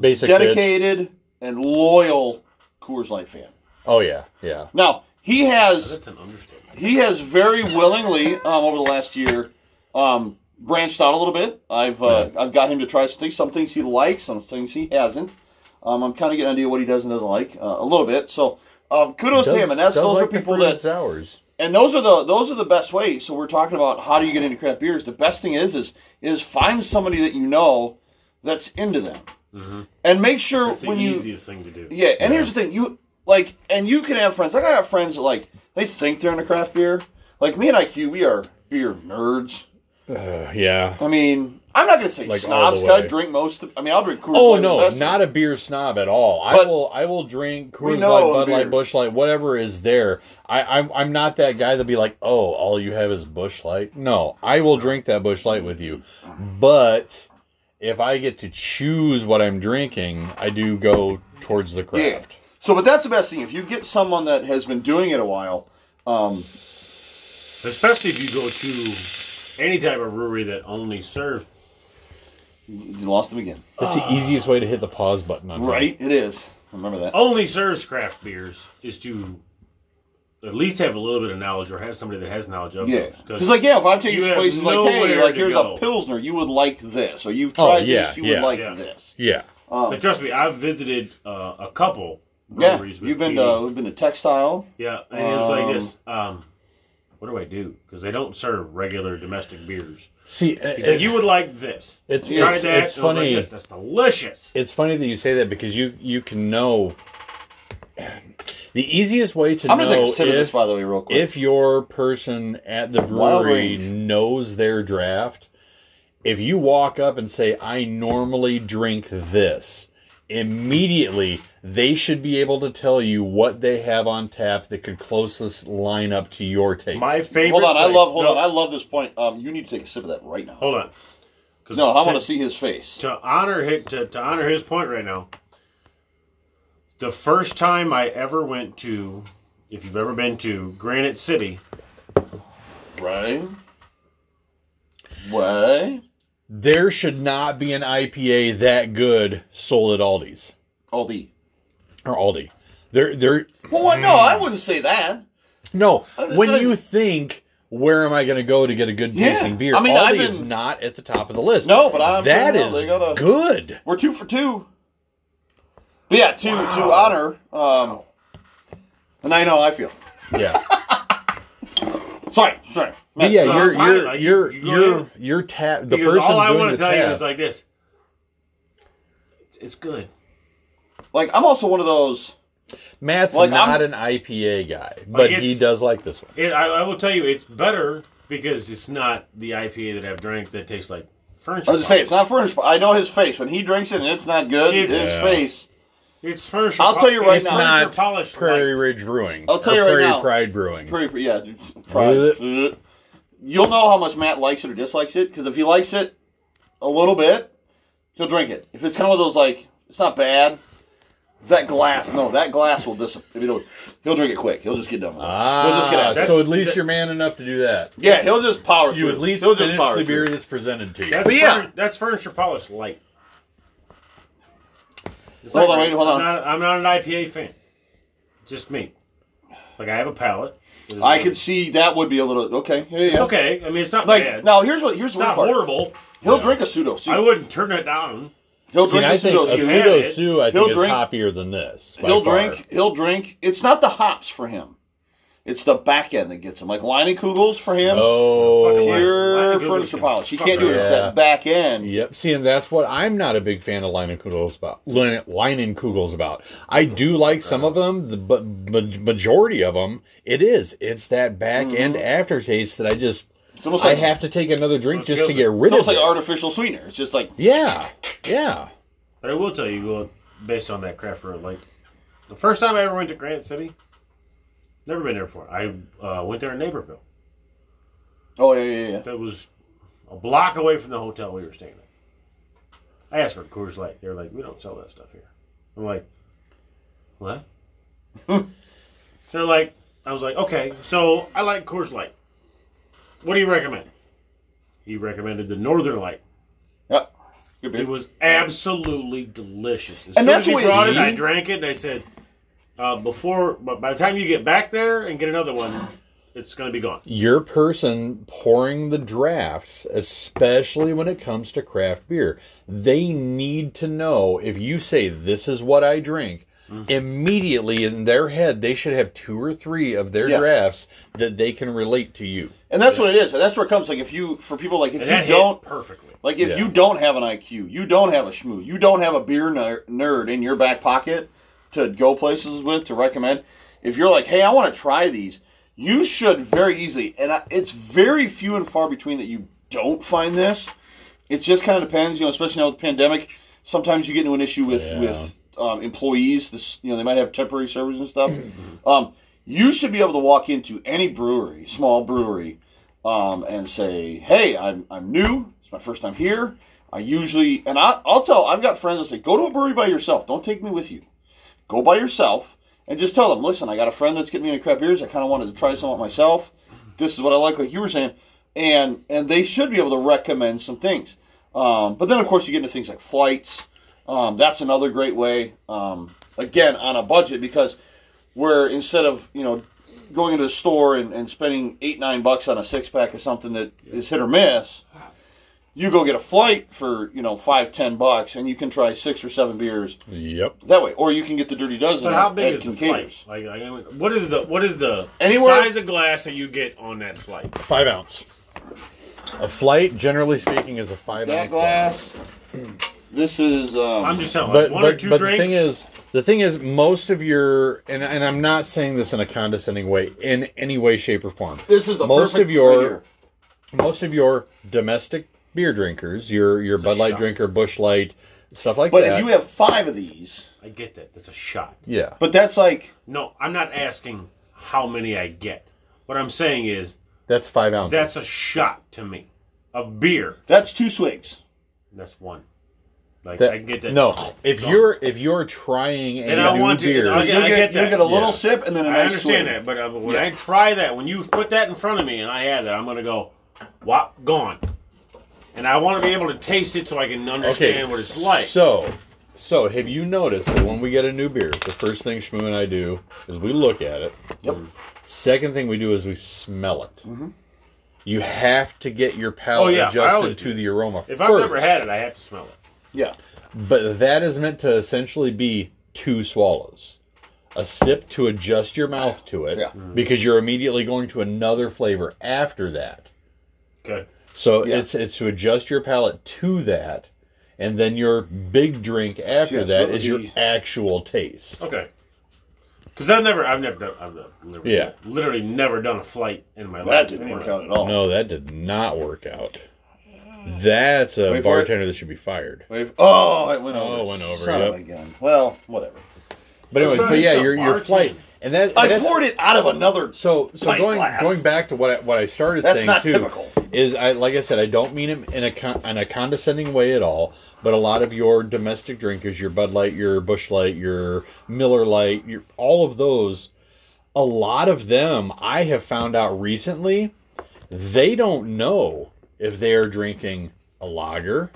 Basic bitch.
dedicated and loyal Coors Light fan.
Oh yeah, yeah.
Now he has
That's an understatement.
he has very willingly um, over the last year um, branched out a little bit. I've uh, I've got him to try some things. Some things he likes, some things he hasn't. Um, I'm kind of getting an idea what he does and doesn't like uh, a little bit. So um, kudos to him, and that's
does
those
like
are
the
people
fruited
that
sours.
and those are the those are the best ways. So we're talking about how do you get into craft beers. The best thing is is is find somebody that you know that's into them,
Mm-hmm.
and make sure
That's the
when you
easiest thing to do.
yeah, and here's the thing, you like, and you can have friends. Like I have friends that like they think they're into craft beer. Like me and IQ, we are beer nerds.
Uh, yeah.
I mean, I'm not gonna say
Like, all
snobs.
the
'cause I
way.
drink most. Of, I mean, I'll drink Coors
Oh
Light
no,
Investment.
not a beer snob at all. I
But-
will, I will drink
We
Coors
know
Light, Bud
beers.
Light, Bush Light, whatever is there. I, I'm, I'm not that guy that'll be like, oh, all you have is Bush Light. No, I will drink that Bush Light with you, but if I get to choose what I'm drinking, I do go towards the
Yeah.
craft.
So, but that's the best thing. If you get someone that has been doing it a while, um,
Especially if you go to any type of brewery that only serves.
you lost them again.
That's the easiest way to hit the pause button on
Right? It is. Remember
Oh,
that.
only serves craft beers is to at least have a little bit of knowledge or have somebody that has knowledge of
Yeah,
those.
because like yeah, if I'm taking
you
you to
have
places like hey,
nowhere
like
to
here's
go.
a pilsner, you would like this, or you've
Oh,
tried
yeah,
this, you
yeah.
would like
Yeah.
this.
Yeah.
But trust me, I've visited uh, a couple
Yeah,
breweries. with
you've been
Petey.
to we've been to textile.
yeah, and it's like this. Um, what do I do? Because they don't serve regular domestic beers.
See,
He's like, you would like this.
It's
Try
it's,
that.
it's
And I was like,
funny.
"Yes, that's delicious.
It's funny that you say that because you you can know. The easiest way to
I'm gonna
know
consider this
if,
by the way, real quick.
if your person at the
Wild
brewery
range.
knows their draft, if you walk up and say, "I normally drink this." Immediately, they should be able to tell you what they have on tap that could closest line up to your taste.
My favorite.
hold on, I
place-
love hold
No,
on, I love this point. Um, you need to take a sip of that right now.
Hold on. 'Cause
No, I
to-
want to see his face.
to honor his, to, to honor his point right now. The first time I ever went to, if you've ever been to Granite City,
Right? What?
There should not be an IPA that good sold at Aldi's
Oh, the.
or Aldi. There, there.
Well, what? no, I wouldn't say that.
No,
Uh,
when
uh,
you think, where am I going to go to get a good
Yeah,
tasting beer?
I mean,
Aldi
I've been-
is not at the top of the list.
No, but I'm
that
figuring out
is
they gotta-
good.
We're two for two. But yeah, two to honor. Um, And I know how I feel.
Yeah,
Sorry, sorry.
but yeah,
No,
your
I'm fine.
your
Like,
your
you- you go
your
ahead.
your tap. The
because
person
all I
doing
want
the
to tell you
tap.
is like this. It's- It's good.
Like I'm also one of those.
Matt's
like,
not
I'm-
an IPA guy, but he
it's-
does like this one.
It, I, I will tell you, it's better because it's not the IPA that I've drank that tastes like furniture.
I was just saying, it's not furnished. But I know his face when he drinks it, and it's not good.
It's-
his
Yeah.
face.
It's furniture.
I'll tell you right
It's
now-
furniture
not
polished
Prairie
like-
Ridge Brewing.
I'll tell
or
you right
Prairie
now.
Pride Brewing.
Pretty, pretty- yeah, pride. You'll know how much Matt likes it or dislikes it because if he likes it a little bit, he'll drink it. If it's kind of one of those like it's not bad, That glass, no, that glass will disappear. He'll, he'll drink it quick. He'll just get done with it. he'll just get
Ah,
out.
That's-
so at least
that-
you're man enough to do that.
yeah, he'll just power
You
through.
at least
he'll
finish
just power
the beer
through.
that's presented to you.
That's
But yeah.
furni- that's furniture polish light. It's
Hold
not
on,
great.
wait, hold on.
I'm not, I'm not an IPA fan. Just me. Like I have a palate.
I could see that would be a little okay. Yeah, yeah.
It's okay. I mean, it's not
Like
bad.
now, here's what here's
it's
the weird
not
part.
horrible.
He'll drink a pseudo.
I wouldn't turn it down.
He'll
See,
drink
I
a pseudo.
think a
You had
pseudo
it.
sue I
He'll
think is
drink-
hoppier than this. by
He'll
far.
drink. He'll drink. It's not the hops for him. It's the back end that gets him. Like Liney Kugels for him.
Oh,
Fucking Lin-
Pure
Lining Kugels
furniture
can
polish. He
fuck
can't do it.
right
It's
off.
that back end.
Yep. See, and that's what I'm not a big fan of Line and Kugels about. Line Line and Kugels about. I do like some of them, the- but ma- majority of them, it is. It's that back end aftertaste that I just.
It's Mm-hmm. almost
I
like
have to take another drink just to
good.
get
It's
rid of
almost like
it.
artificial sweetener. It's just like
yeah, yeah.
But I will tell you, well, based on that craft brewer, like the first time I ever went to Grant City, never been there before. I uh, went there in Naperville.
oh yeah yeah yeah.
That was a block away from the hotel we were staying at. I asked for a Coors Light. They're like, we don't sell that stuff here. I'm like, what? They're like, I was like, okay, so I like Coors Light. What do you recommend? He recommended the Northern Light.
yeah. Good
It
beer.
was absolutely delicious.
And
As soon
that's
as he
what it
brought it, I
is.
drank it, and I said, uh, before, but by the time you get back there and get another one, it's going to be gone.
your person pouring the drafts, especially when it comes to craft beer, they need to know if you say, This is what I drink, immediately in their head, they should have two or three of their
Yeah.
drafts that they can relate to you.
And that's what it is. And that's where it comes. Like if you for people like if
And that
you don't
hit perfectly.
Like if
Yeah.
you don't have an IQ, you don't have a schmoo, you don't have a beer ner- nerd in your back pocket to go places with to recommend. If you're like, hey, I want to try these, you should very easily, and I, it's very few and far between that you don't find this. It just kind of depends, you know, especially now with the pandemic. Sometimes you get into an issue with
Yeah.
with um, employees. This, you know, they might have temporary servers and stuff. um, you should be able to walk into any brewery, small brewery, um, and say, "Hey, I'm I'm new. It's my first time here. I usually and I, I'll tell. I've got friends that say, go to a brewery by yourself. Don't take me with you. Go by yourself and just tell them, listen, I got a friend that's getting me into crap beers. I kind of wanted to try some out myself. This is what I like, like you were saying, and and they should be able to recommend some things. Um, but then of course you get into things like flights. Um, that's another great way. Um, again, on a budget because where instead of you know going into the store and, and spending eight nine bucks on a six pack of something that is hit or miss you go get a flight for you know five ten bucks and you can try six or seven beers
Yep.
that way or you can get the dirty dozen
But how
at-
big
at
is the flight?
Kincaid's.
Like, like, I mean, what is the what is the
Anywhere-
size of glass that you get on that flight?
Five ounce. A flight, generally speaking, is a five
that
ounce
glass this is um
I'm just telling.
but
like, one
but,
or two
but
drinks.
the thing is the thing is most of your and, and i'm not saying this in a condescending way in any way shape or form
this is the
most
perfect
of your-
right here.
most of your domestic beer drinkers your your bud light
shot.
drinker bush light stuff like
but
that
if you have five of these
I get that. That's a shot.
yeah
but that's like
No, I'm not asking how many I get. What I'm saying is
that's five ounces
that's a shot to me of beer.
that's two swigs
That's one. Like
That-
I can get that.
no if
Gone.
you're if you're trying a
And I
new
want to-
beer
and I
you
Yeah,
get,
get
you
that.
get a little
Yeah.
sip and then a
I
nice swig.
understand that, but uh, but when
Yeah.
I try that, when you put that in front of me and I have that, I'm gonna go, "Wop, gone." And I want to be able to taste it so I can understand what it's like.
So, so have you noticed that when we get a new beer, the first thing Shmoo and I do is we look at it.
Yep. Mm-hmm.
Second thing we do is we smell it. You have to get your palate
Oh, yeah, I
adjusted
always
to
do.
the aroma
if
first.
I've never had it, I have to smell it.
yeah
But that is meant to essentially be two swallows. A sip to adjust your mouth to it
Yeah.
Mm.
because you're immediately going to another flavor after that.
Okay.
So
Yeah.
it's it's to adjust your palate to that, and then your big drink after
Yeah, so
that
it
is
would
your
be-
actual taste.
Okay. Because I've never, I've never done, I've uh, never,
Yeah.
literally never done a flight in my life.
that didn't
anyway.
work out at all
No, that did not work out. That's a
Wait for
bartender that should be fired.
Wait, oh, it went over.
it went over,
Son of
yep.
a gun. Well, whatever.
But anyways,
not
but yeah,
just a
your your
bartender.
flight and that
I
that's,
poured it out of another.
so so
pint
going
glass.
going back to what I, what I started
That's
saying
not
too
typical.
is I like I said I don't mean it in a con- in a condescending way at all, but a lot of your domestic drinkers, your Bud Light, your Bush Light, your Miller Light, your all of those, a lot of them I have found out recently, they don't know if they are drinking a lager,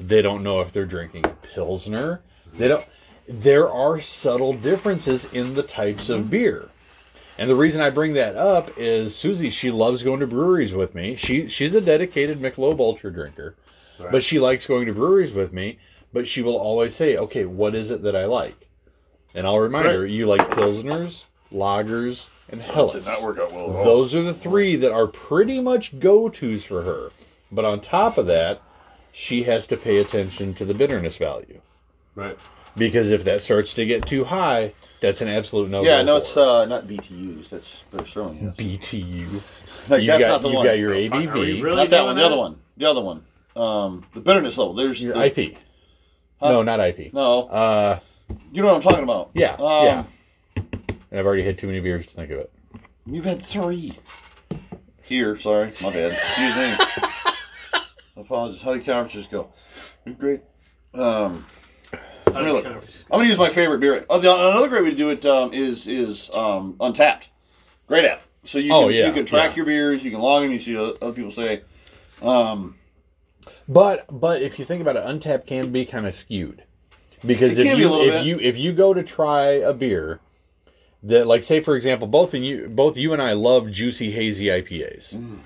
they don't know if they're drinking a pilsner, they don't. There are subtle differences in the types
Mm-hmm.
of beer. And the reason I bring that up is Susie, she loves going to breweries with me. She she's a dedicated McLobe Ultra drinker, but she likes going to breweries with me. But she will always say, "Okay, what is it that I like?" And I'll remind her, "You like pilsners, lagers, and
Did
helles."
not work out well at all.
Those are the three that are pretty much go tos for her. But on top of that, she has to pay attention to the bitterness value
Right.
because if that starts to get too high, that's an absolute no.
yeah, no, it's uh, not BTUs. That's British Sterling. Yes.
BTU.
Like,
you
that's
got,
not the
you
one.
got your
Fuck, are we
ABV,
really
not that
doing
one. The other one. The other one. Um, the bitterness level. There's
your
the-
IP. No, not IP.
No,
Uh,
you know what I'm talking about.
yeah,
Um,
yeah. And I've already had too many beers to think of it.
You've had three. Here, sorry, my bad. Excuse me. Apologies. How do conferences go? You're great. Um,
I
Really? I'm gonna use my favorite beer. Oh, the, another great way to do it um, is is um, Untapped. Great app. So you can,
Oh, yeah,
you can track
yeah.
your beers. You can log them. You see what other people say.
But but if you think about it, Untapped can be kind of skewed because
It
if
can be a
you
little
if
bit.
you if you go to try a beer that like say for example both of you both you and I love juicy hazy IPAs.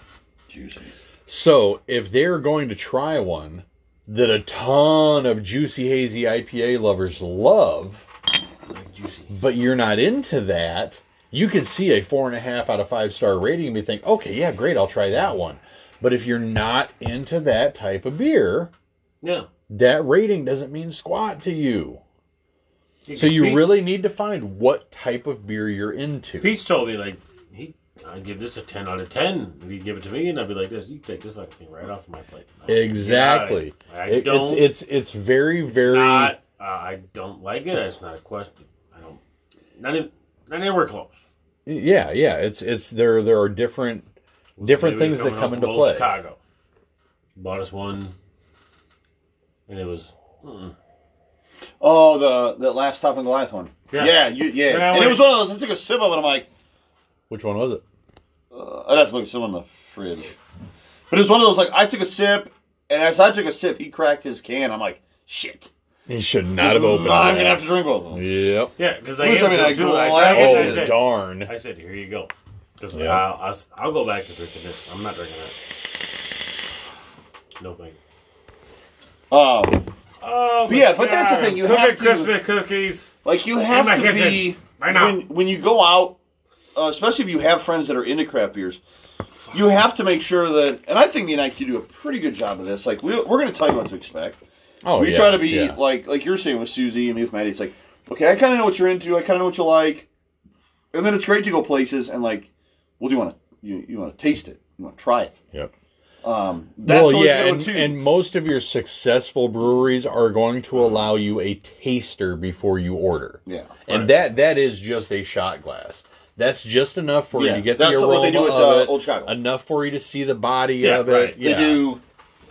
Juicy.
So if they're going to try one that a ton of juicy hazy IPA lovers love,
juicy.
but you're not into that, you could see a four and a half out of five star rating and be think, okay, yeah, great, I'll try that one. But if you're not into that type of beer,
No.
that rating doesn't mean squat to you. So
Pete's-
you really need to find what type of beer you're into.
Pete's told me like he. I give this a ten out of ten. If you give it to me, and I'd be like, "This, you take this fucking thing right off my plate." tonight."
Exactly.
Get out of here. I
It-
don't.
it's it's it's very very
not. Uh, I don't like it. It's not a question. I don't. Not even. Not anywhere close.
yeah yeah. It's it's there there are different different
Maybe
things that
coming
come
up
into
from
play.
Chicago bought us one, and it was. Mm-mm.
Oh, the the last Top and Goliath one.
Yeah.
Yeah, yeah, you, yeah.
Yeah,
and
wait.
it was one of those. I took a sip of it. I'm like,
Which one was it?
uh, I'd have to look at some in the fridge. But it was one of those like I took a sip, and as I took a sip, he cracked his can. I'm like, shit.
He should not have opened.
I'm
that.
gonna have to drink both of them.
Yep.
Yeah, because I
Which,
gave
I mean,
it
I
to him.
go
I,
like-
drank it, and I
Oh
said,
darn!
I said, "Here you go." Because
Yeah.
I'll, I'll s- I'll go back to drinking this. I'm not drinking that. No thank. you.
Um,
Oh,
But yeah, but that's the thing, you
Cook
have
it
to-
Christmas cookies.
Like you have
my
to
kitchen,
be
right now.
when when you go out, uh, especially if you have friends that are into craft beers. You have to make sure that, and I think me and IQ do a pretty good job of this. Like we, we're going to tell you what to expect.
Oh,
we
yeah,
try to be
yeah.
like like you're saying with Susie and me with Maddie. It's like, okay, I kind of know what you're into. I kind of know what you like, and then it's great to go places and like, well, do you want to you, you want to taste it? You want to try it?
Yep.
Um, that's
Well,
always
yeah,
the
and,
go-to.
and most of your successful breweries are going to allow you a taster before you order.
yeah.
And that that is just a shot glass. That's just enough for
Yeah,
you to get
that's
the aroma
what they do at,
of
uh,
it,
Old Chicago.
enough for you to see the body
Yeah,
of it.
right.
They
Yeah.
do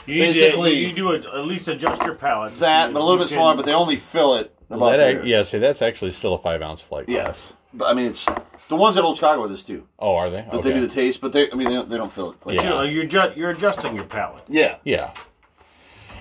You need to-
Basically-
you do it, at least adjust your palate.
that, but a little
You
bit
can-
smaller. But they only fill it.
Well,
About
that ac-
there.
yeah, see, that's actually still a five ounce flight glass.
Yes, but I mean it's the ones at Old Chicago with this too.
Oh, are they?
But
okay.
they do the taste, but they I mean they don't, they don't feel it. Quite.
You
Yeah.
know, uh, you're ju- you're adjusting your palate.
yeah.
yeah.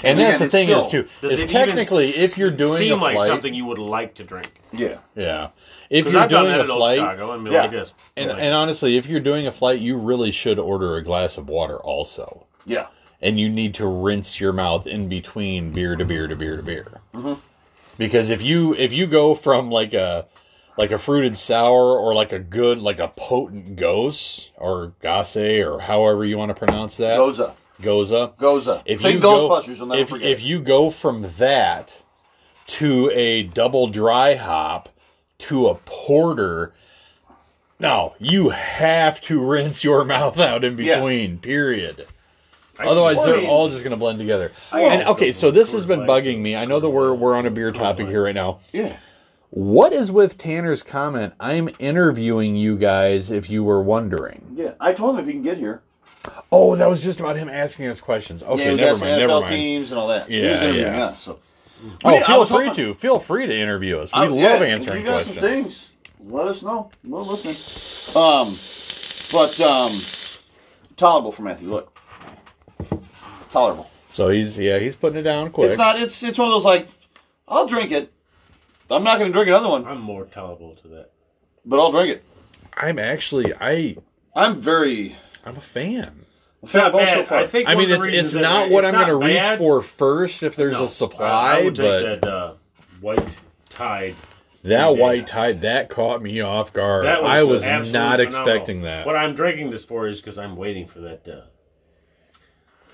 And that's
again,
the
it's
thing is
still-
too
Does
is
it even
technically
s-
if you're doing
seem
a flight,
like something you would like to drink?
yeah,
yeah, if
Because
you're
I've done
doing
that
a
at Old
flight,
Chicago and been
Yeah.
like this.
And,
Like,
and honestly, if you're doing a flight, you really should order a glass of water also.
yeah,
And you need to rinse your mouth in between beer to beer to beer to beer. Because if you if you go from like a like a fruited sour or like a good like a potent gose or gase or however you want to pronounce that
Goza,
goza
Goza.
if
Think
you go,
Ghostbusters, you'll never
if,
forget.
if you go from that to a double dry hop to a porter, no, you have to rinse your mouth out in
Yeah.
between. Period.
I-
Otherwise,
Well, I
they're
mean-
all just going to blend together.
guess
And okay,
it's
so this has
Coors
been
Light.
bugging me. I know that we're we're on a beer topic here right now.
yeah,
What is with Tanner's comment? I'm interviewing you guys, if you were wondering.
yeah. I told him if he can get here,
Oh, that was just about him asking us questions.
yeah,
Okay,
he was
never
asking
mind. Never
NFL
mind.
teams and all that. He
Yeah,
was interviewing
yeah.
us, so.
Oh,
Yeah, I
feel
was
free
hoping-
to. Feel free to interview us. We
I-
Uh,
love
Uh, yeah, if
answering
you got
questions.
Some things, let us know. We're listening. Um, but um, tolerable for Matthew. Look, tolerable.
So he's yeah, he's putting it down quick.
It's not. It's it's one of those like, I'll drink it. I'm not going to drink another one,
I'm more tolerable to that.
but I'll drink it.
I'm actually I
I'm very.
I'm a fan.
It's not
Fat Ball so
bad.
far.
I think
I mean,
one of the
it's it's
reasons that
not
we-
what
it's
I'm
not
going to reach
bad.
for first if there's
No,
a
I, I
supply,
would take
but
that uh, white tide.
that
Yeah.
white tide that caught me off guard.
That was
I was not
absolutely phenomenal.
expecting that.
What I'm drinking this for is because I'm waiting for that uh,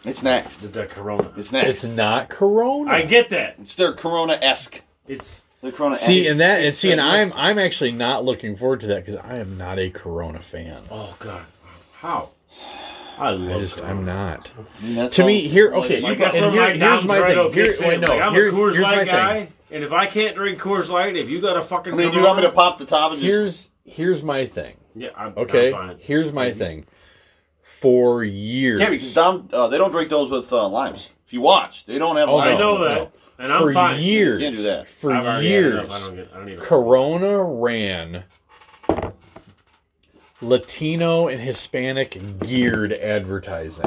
It's next.
the, the Corona.
It's next.
It's
It's,
not Corona.
I get that.
their Corona esque.
It's
The Corona.
see, and that and
it's-
see, and
it
I'm
looks-
I'm actually not looking forward to that because I am not a Corona fan.
oh god, how? I love.
I just I'm not.
that
to me,
sounds
here-
like-
okay, you
like
Like, that's
And
where
here-
my
here's my
Dom Dorado
thing. Here-
kicks in.
wait, no,
Like, I'm
here's-
a Coors
here's my
Light
thing.
guy, and if I can't drink Coors Light, if you got a fucking,
I mean, do you
Corona-
want me to pop the top and just?
Here's here's my thing.
Yeah, I'm,
Okay,
I'm fine.
here's my thing. For years,
Yeah, because Dom, uh, they don't drink those with uh, limes. If you watch, they don't have
Oh,
I
limes.
know
No,
that,
no.
and I'm
for
fine.
years,
Can't do that.
for
I've already had enough.
years,
I don't get. I don't even.
Corona ran Latino and Hispanic geared advertising.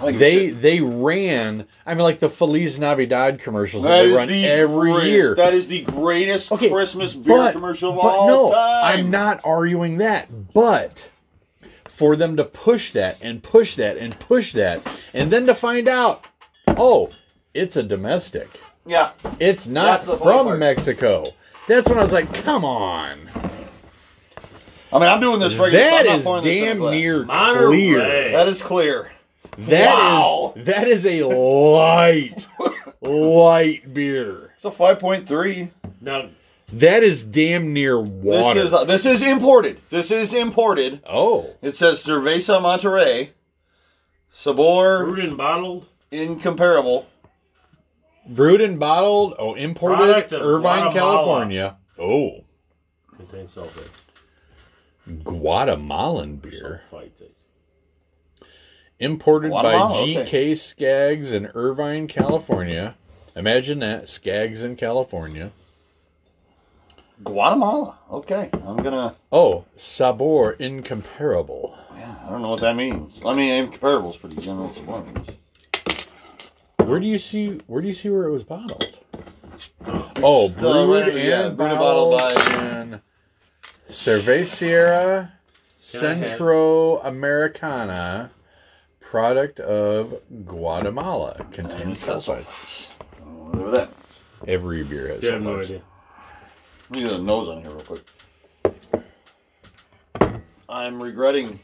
I think it's
They they ran. I mean, like the Feliz Navidad commercials that,
That
they
is
run every
greatest,
year.
That is the greatest
Okay,
Christmas beer commercial of all
no,
time.
I'm not arguing that, but for them to push that and push that and push that, and then to find out, oh, it's a domestic.
Yeah,
It's not
That's the funny
from
part.
Mexico. That's when I was like, come on.
I mean, I'm doing this regular. so
That
I'm not
is
pouring this in a
damn
glass.
near
Monterey.
clear.
That is clear.
That is
Wow.
that is a light, light beer.
It's a 5.3.
Now,
That is damn near
This
water.
is uh, this is imported. This is imported.
oh,
It says Cerveza Monterrey, Sabor
brewed and bottled.
incomparable.
brewed and bottled. Oh, imported
Product of
Irvine,
Guatemala.
California. Oh,
Contains sulfates.
Guatemalan beer
Sulfites.
imported by
Guatemala,
GK Skaggs in Irvine, California. Imagine that Skaggs in California.
Guatemala. Okay, I'm gonna.
Oh, sabor incomparable.
Yeah, I don't know what that means. I mean, incomparable is pretty general. It's one.
Where do you see? Where do you see where it was bottled? Oh, brewed
right, yeah,
and
brewed and
bottled,
bottled by-
in Cerveceria Centro Americana, product of Guatemala, contains sulfites.
Whatever that.
Every beer has
You have no
sulfites.
idea.
Let me get a nose on here real quick. I'm regretting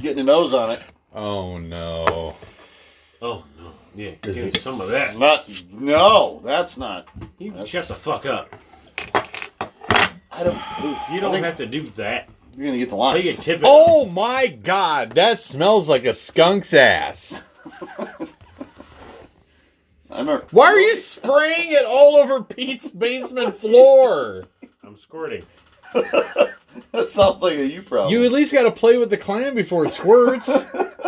getting a nose on it.
oh no!
Oh no. Yeah, give me some of that.
Not no, that's not.
You shut the fuck up.
I don't.
You don't
I think
have to do that.
You're gonna get the line.
Take a tip.
Oh my God! That smells like a skunk's ass.
I remember.
Why are you spraying it all over Pete's basement floor?
I'm squirting.
That sounds like a you problem.
You at least got to play with the clam before it squirts.
Apparently,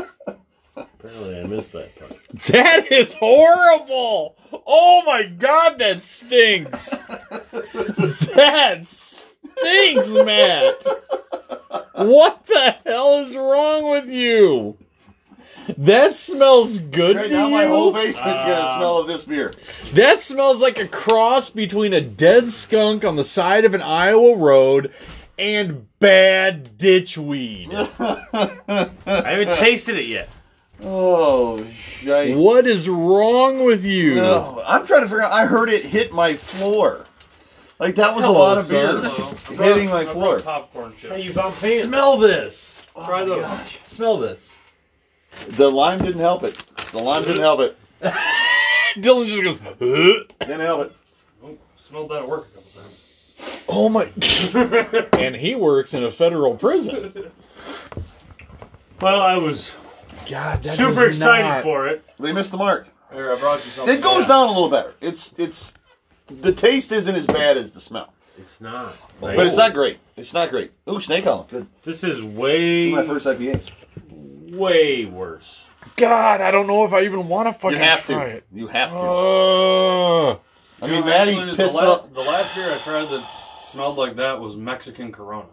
I missed that part.
That is horrible! Oh my god, that stinks! that stinks, Matt! What the hell is wrong with you? That smells good
Right
to
now,
you?
my whole basement's gonna
Uh,
smell of this beer.
That smells like a cross between a dead skunk on the side of an Iowa road and bad ditchweed.
I haven't tasted it yet.
Oh shit!
what is wrong with you?
No, I'm trying to figure out. I heard it hit my floor. Like that was a
Hello,
lot of
son.
beer
Hello. I brought-
hitting my
I brought
floor.
Popcorn chips.
Hey, you bump pants.
Smell this.
Try those.
Smell this.
The lime didn't help it. The lime didn't help it.
Dylan just goes, "Huh?"
Didn't help it.
Oh, smelled that at work a couple times.
Oh my! and he works in a federal prison.
Well, I was
God, that's
super excited for it.
They missed the mark.
Here, I brought you something.
It goes down a little better. It's it's the taste isn't as bad as the smell,
It's not.
but it's not great. It's not great. Ooh, snake on. Good.
This is way
My first IPA.
way worse.
God, I don't know if I even want to Oh.
You
fucking
have to.
try it.
You have to.
Ugh.
I
You
mean,
know,
Maddie
actually,
pissed
the, la-
up.
the last beer I tried that s- smelled like that was Mexican Corona.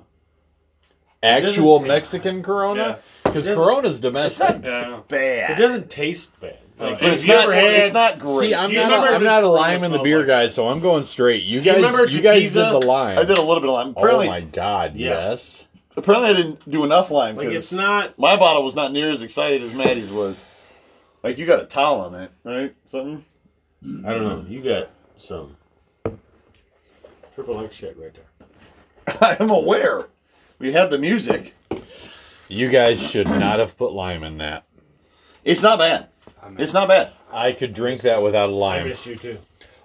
actual
taste-
Mexican Corona? Because
It doesn't-
Corona's
It's not
domestic.
Yeah.
It
bad,
doesn't taste bad. Like,
But
but
have
it's
you
not.
ever had?
It's not great.
See, I'm
Do you
not, a,
remember
I'm not a
Corona
lime in the
smells
beer
like?
guy, so I'm going straight. You
Do you
guys,
remember
you guys did
Tequila?
the lime.
I did a little bit of lime.
oh
Apparently,
my god,
Yeah.
yes.
apparently I didn't do enough lime
like it's
because
not.
my bottle was not near as excited as Maddie's was. Like you got a towel on that, right? Something.
I don't know. You got some triple X shit right there.
I'm aware. We had the music.
You guys should not have put lime in that.
It's not bad. It's not bad.
I could drink that without a
I
lime.
miss you too.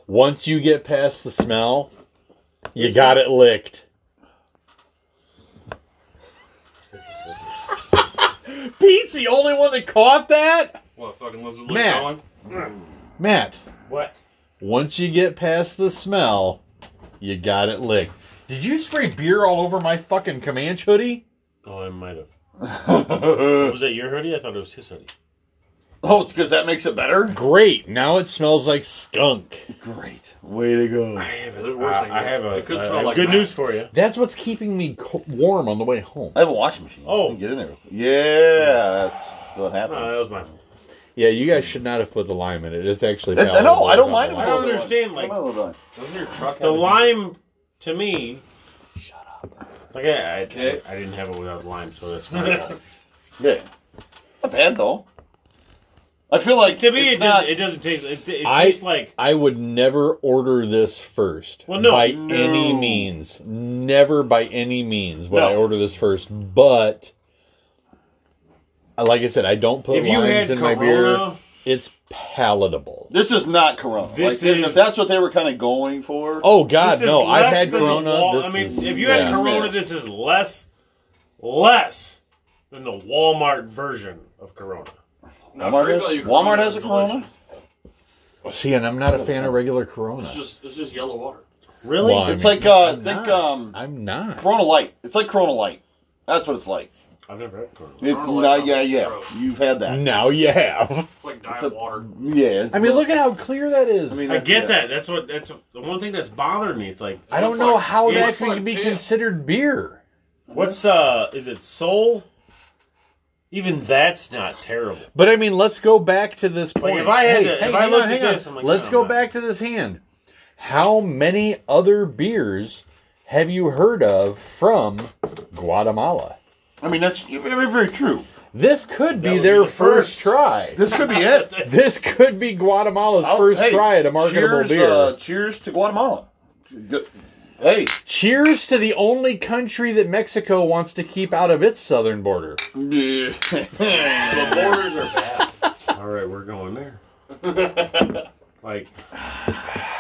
Once you get past the smell, you got it licked. Pete's the only one that caught that?
What fucking lizard lick
Matt.
going?
Matt,
What?
once you get past the smell, you got it licked. Did you spray beer all over my fucking Comanche hoodie?
Oh, I might have.
oh,
Was that your hoodie? I thought it was his hoodie.
Oh, it's because that makes it better.
Great. Now it smells like skunk.
Great. Way to go.
I have
There's worse things.
I have a,
It could
a-
smell like
good
that.
news for you.
That's what's keeping me co- warm on the way home.
I have a washing machine.
Oh.
You can get in there. Yeah, that's what happened.
No, Uh, that was my fault.
Yeah, you guys should not have put the lime in it. It's actually.
It's- I know, I don't mind it.
I don't understand. Like
Doesn't your truck
the
have a-
lime to me. Shut up. Like I, I,
Okay.
I didn't have it without lime, so that's my fault.
Yeah. Not bad though. I feel like
to me,
it's
it,
not.
doesn't, it doesn't taste. It, it
I-
tastes like
I would never order this first.
Well, no.
by
No.
any means, never by any means would
No.
I order this first. But uh, like I said, I don't put
if you
limes
had
in
Corona.
my beer. It's palatable.
this is not Corona.
This
like,
is-
if that's what they were kind of going for.
Oh God,
this is
no! I've
less
had
than the
Corona.
Wal-
this
I mean,
is-
if you
yeah.
had Corona,
Yes.
this is less, less than the Walmart version of Corona.
No,
Walmart
free
has- Walmart
value Corona
has a
is
Corona?
delicious.
see, and I'm not a fan of regular Corona.
It's just it's just yellow water.
Really?
Well, I
It's
mean,
like, uh,
I'm
think,
not.
um,
I'm not.
Corona Light. It's like Corona Light. That's what it's like.
I've never had Corona.
It,
Corona Light
nah, yeah,
sounds
yeah.
gross.
You've had that.
Now you have.
It's like diet
a- Mm.
water.
Yeah. it's-
I mean, look at how clear that is.
I mean,
I
that's-
get
yeah.
that. That's what. That's the one thing that's bothering me. It's like
I don't
It's
know
like-
how that
it's
could
like
be
jam.
considered beer.
what's uh? Is it Soul? Even that's not terrible.
But I mean, let's go back to this point.
if I had to- if I
hang
looked
on,
at
hang on.
this, I'm like,
let's
no,
go
I'm not.
back to this hand. How many other beers have you heard of from Guatemala?
I mean, that's very, very true.
This could
That
be
would
their
be the
first,
first.
try. This,
This could be it.
could be Guatemala's
Oh,
I'll-
first
hey,
try at a marketable
cheers,
beer.
Uh, cheers to Guatemala. Good- Hey,
cheers to the only country that Mexico wants to keep out of its southern border.
The borders are bad.
All right, we're going there. like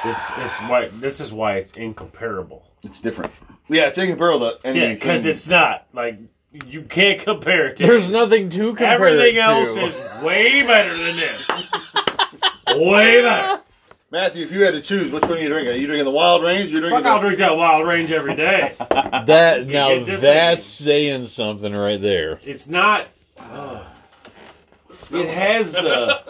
this is why this is why it's incomparable.
it's different. Yeah, it's incomparable to
Yeah,
anything.
because it's not like you can't compare it to
There's nothing to compare
everything
it to.
else is way better than this. way better.
Matthew. If you had to choose, which one are you drinking? Are you drinking the Wild Range? You're drinking
Fuck, I'll drink that Wild Range every day.
That
You
now
get this
that's saying something right there.
It's not. it has the.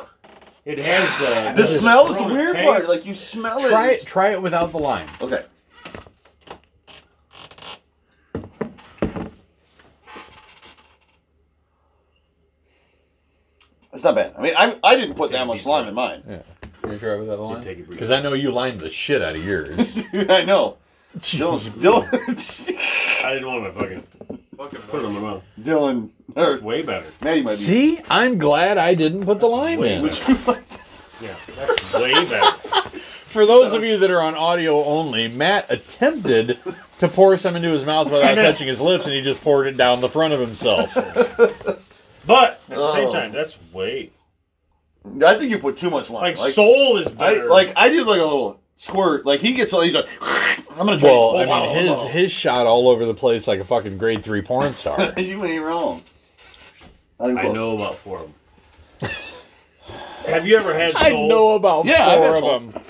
It has the.
the, the smell is the
Corona
weird
taste.
part. Like you smell it.
Try it. Try it without the lime.
Okay. It's not bad. I mean, I, I didn't put that much lime in mine.
Yeah. You try it without the
take a
lime.
breather.
Because I know you limed the shit out of yours.
I know.
Jeez.
Dylan, Dylan,
I didn't want to fucking
Fucking
put it in my mouth.
Dylan, or
It's way better.
Maddie might be.
See, I'm glad I didn't put the lime
way
in.
better. Yeah, that's way better.
For those of you that are on audio only, Matt attempted to pour some into his mouth without touching his lips, and he just poured it down the front of himself.
But at the same
Oh.
time, that's way
I think you put too much lime.
like, soul is
I,
better.
like I do like a little squirt. Like he gets, he's like, I'm gonna drink.
Well,
Oh,
I
wow,
mean, his
wow.
his shot all over the place like a fucking grade three porn star.
you ain't wrong. I,
I know about four of them. Have you ever had
I
soul?
know about
Yeah, I've
four
had
of
some.
them.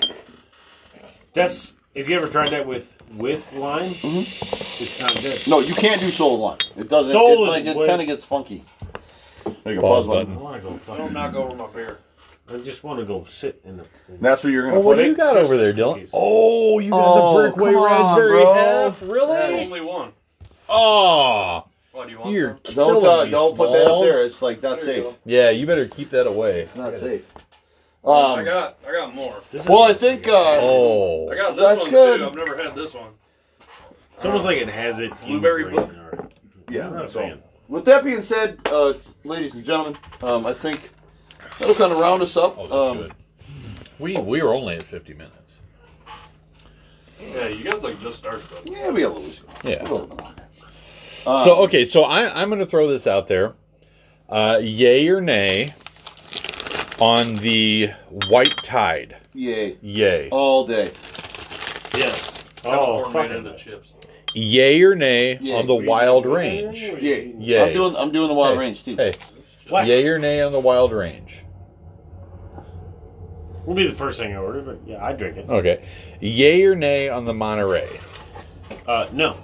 That's if you ever tried that with with lime, it's not good.
Mm-hmm. No, you can't do soul lime. It doesn't. it,
Soul is
like, it
way-
kind of gets funky. Like a pause
Pause
button.
I
button.
want to go.
Don't
Fucking,
knock over my beer.
I just want to go sit in the. in-
That's where you're gonna
Oh, what
put
do
it.
you got over there, Dylan?
Cookies.
Oh, you got
Oh,
the Brickway
come on,
Raspberry
bro.
Half? Really?
Only one.
Oh,
What do you want?
you're
some?
don't
killing
uh,
me,
don't put that up there.
Smalls.
It's like not
There
safe.
you go.
Yeah, you better keep that away.
Not safe.
I
Um,
got I got more.
This is-
well, I think uh,
Oh,
I got this
That's
one
good.
too. I've never had this one.
it's almost like it has it. in
Blueberry
green
book.
already.
Yeah,
I'm not a
so-
fan.
With that being said, uh, ladies and gentlemen, um, I think that'll kind of round us up.
oh, that's
um,
good. We we were only at fifty minutes.
Yeah, you guys like just started. Though.
Yeah, we got a little ways to go.
Yeah.
We got a little bit longer. Um,
So okay, so I, I'm going to throw this out there, uh, yay or nay, on the White Tide.
yay,
Yay,
all day.
Yes.
Oh,
Oh,
made into
fucking-
chips.
yay or nay
Yay.
on the Wild Range.
Yay.
Yay.
I'm doing I'm doing the wild
Hey,
range too.
Hey,
What?
yay or nay on the Wild Range.
Will be the first thing I order, but yeah, I drink it.
Okay, yay or nay on the Monterey.
Uh, no.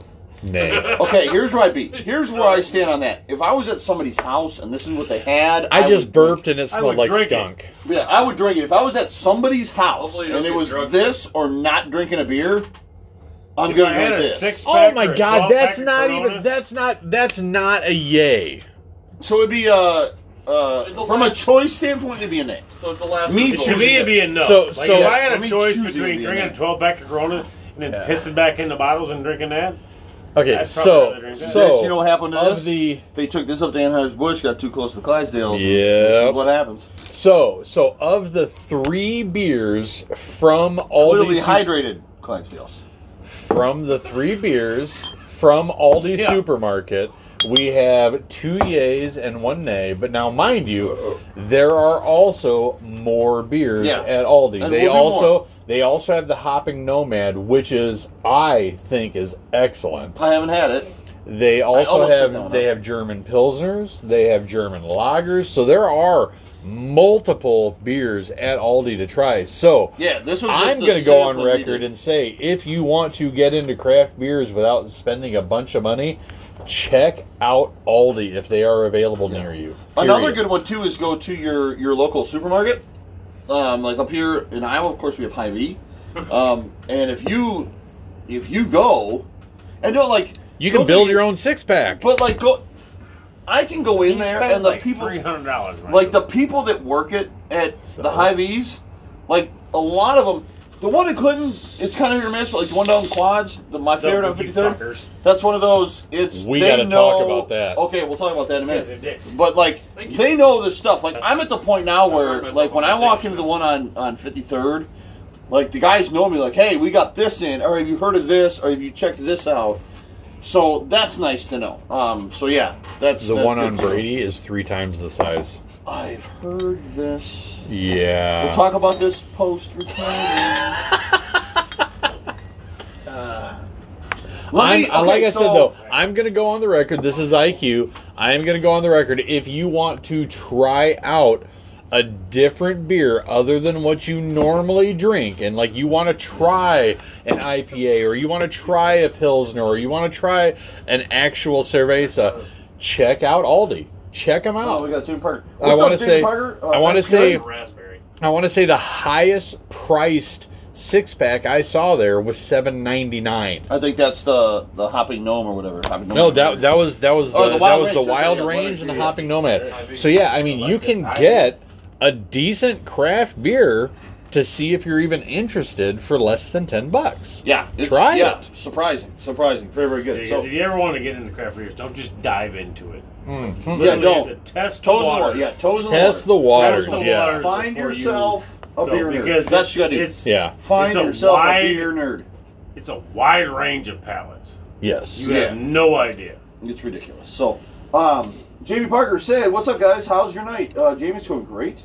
Nay.
Okay, here's where I'd be. Here's where I stand on that. If I was at somebody's house and this is what they had,
I just
would
burped and it
I
smelled
would
like
drink it.
skunk.
Drink, yeah, I would drink it. If I was at somebody's house
Hopefully you
and
don't
it
get
was
drunk.
this or not drinking a beer, I'm
If
gonna
I had
drink
a
this.
six-
Oh
Pack
my
or a
god,
12
that's
pack of
not
Corona?
even. That's not. That's not a yay.
So it'd be uh uh
Until
from a
last-
choice standpoint, it'd be a name.
So it's the last.
Me
one.
too.
To me, it'd be a no.
So-
like,
so-
if I had
Let
a
me
choice
choose it, it'd
between
be a
drinking
no.
a 12 pack of Corona and then
Yeah.
pissing back in the bottles and drinking that,
Okay,
That's probably
so
another drink.
so
you know what happened to
of
this?
the
they took this up to Anheuser Busch, got too close to Clydesdales. and this
Yep.
is what happens?
So, so of the three beers from all
Clearly
these
hydrated Clydesdales.
from the three beers from Aldi
Yeah.
supermarket, we have two yays and one nay. But now, mind you, there are also more beers
Yeah.
at Aldi.
And
they
we'll do
also
more.
they also have the Hopping Nomad, which is I think is excellent.
I haven't had it.
They also
almost picked that
have
one
they
up.
have German pilsners, they have German lagers. So there are multiple beers at Aldi to try. So
Yeah, this was.
I'm
going
going to go on record and say if you want to get into craft beers without spending a bunch of money, check out Aldi if they are available near you.
Another
Period.
good one too is go to your your local supermarket. Um, like up here in Iowa, of course, we have Hy-Vee. Um, and if you if you go and don't like,
You can
go-
build your own six pack.
But like, go. I can go in
he
there
spends
and the
like
people
$300. right
like the
now.
people that work it at
So-
the high V's, like a lot of them. The one in Clinton, it's kind of hit or miss, but like the one down in Quads, the, my
Don't
favorite on
you
53rd,
fuckers.
that's one of those. It's
We
they
gotta
know-
talk about that.
Okay, we'll talk about that in a
Yeah, they're
minute.
dicks.
But like
Thank you.
they know this stuff. Like I'm at the point now
I heard
where
myself
like when
on
I
my
walk
page,
into the
yes.
one on on 53rd, like the guys know me. Like hey, we got this in, or have you heard of this, or have you checked this out? So that's nice to know. Um, so yeah, that's
the
that's
one
good
on
to know.
Brady is three times the size.
I've heard this.
Yeah.
We'll talk about this post recording. Uh,
I'm, I- like I said though, I'm going to go on the record. This is IQ. I am going to go on the record. If you want to try out a different beer other than what you normally drink, and like you want to try an IPA or you want to try a Pilsner or you want to try an actual cerveza, check out Aldi. Check them
Oh, we
out.
got Jim Parker.
I
What's
wanna
up, Jim
say-
Parker? Uh,
I wanna
that's
say-
good.
raspberry.
I want to say the highest priced six pack I saw there was seven ninety nine.
I think that's the the hopping gnome or whatever. Hopping gnome
No, that that was that was the,
Oh, the
that
Wild
was the
Range, that's
wild
right, yeah,
range and the
yeah.
hopping nomad. So yeah, I mean you can get a decent craft beer to see if you're even interested for less than ten bucks.
Yeah, it's,
Try
yeah,
it.
Surprising, surprising, very very
Yeah,
good.
if
So
you ever want to get into craft beers, don't just dive into it.
Mhm.
Mm-hmm. Yeah,
Literally,
don't.
you have to Test the
toes in the water.
water.
Yeah, toes in the
Test the
water.
waters.
Test the
yeah,
waters.
Find
Before you-
yourself a
No,
beer nerd.
because
That's what you gotta do.
it's
yeah,
Find
it's a
yourself
wide-
a beer nerd.
it's a wide range of palates.
yes.
You
Yeah.
have no idea.
It's ridiculous. So, um, Jamie Parker said, "What's up, guys? How's your night? Uh, Jamie's doing great.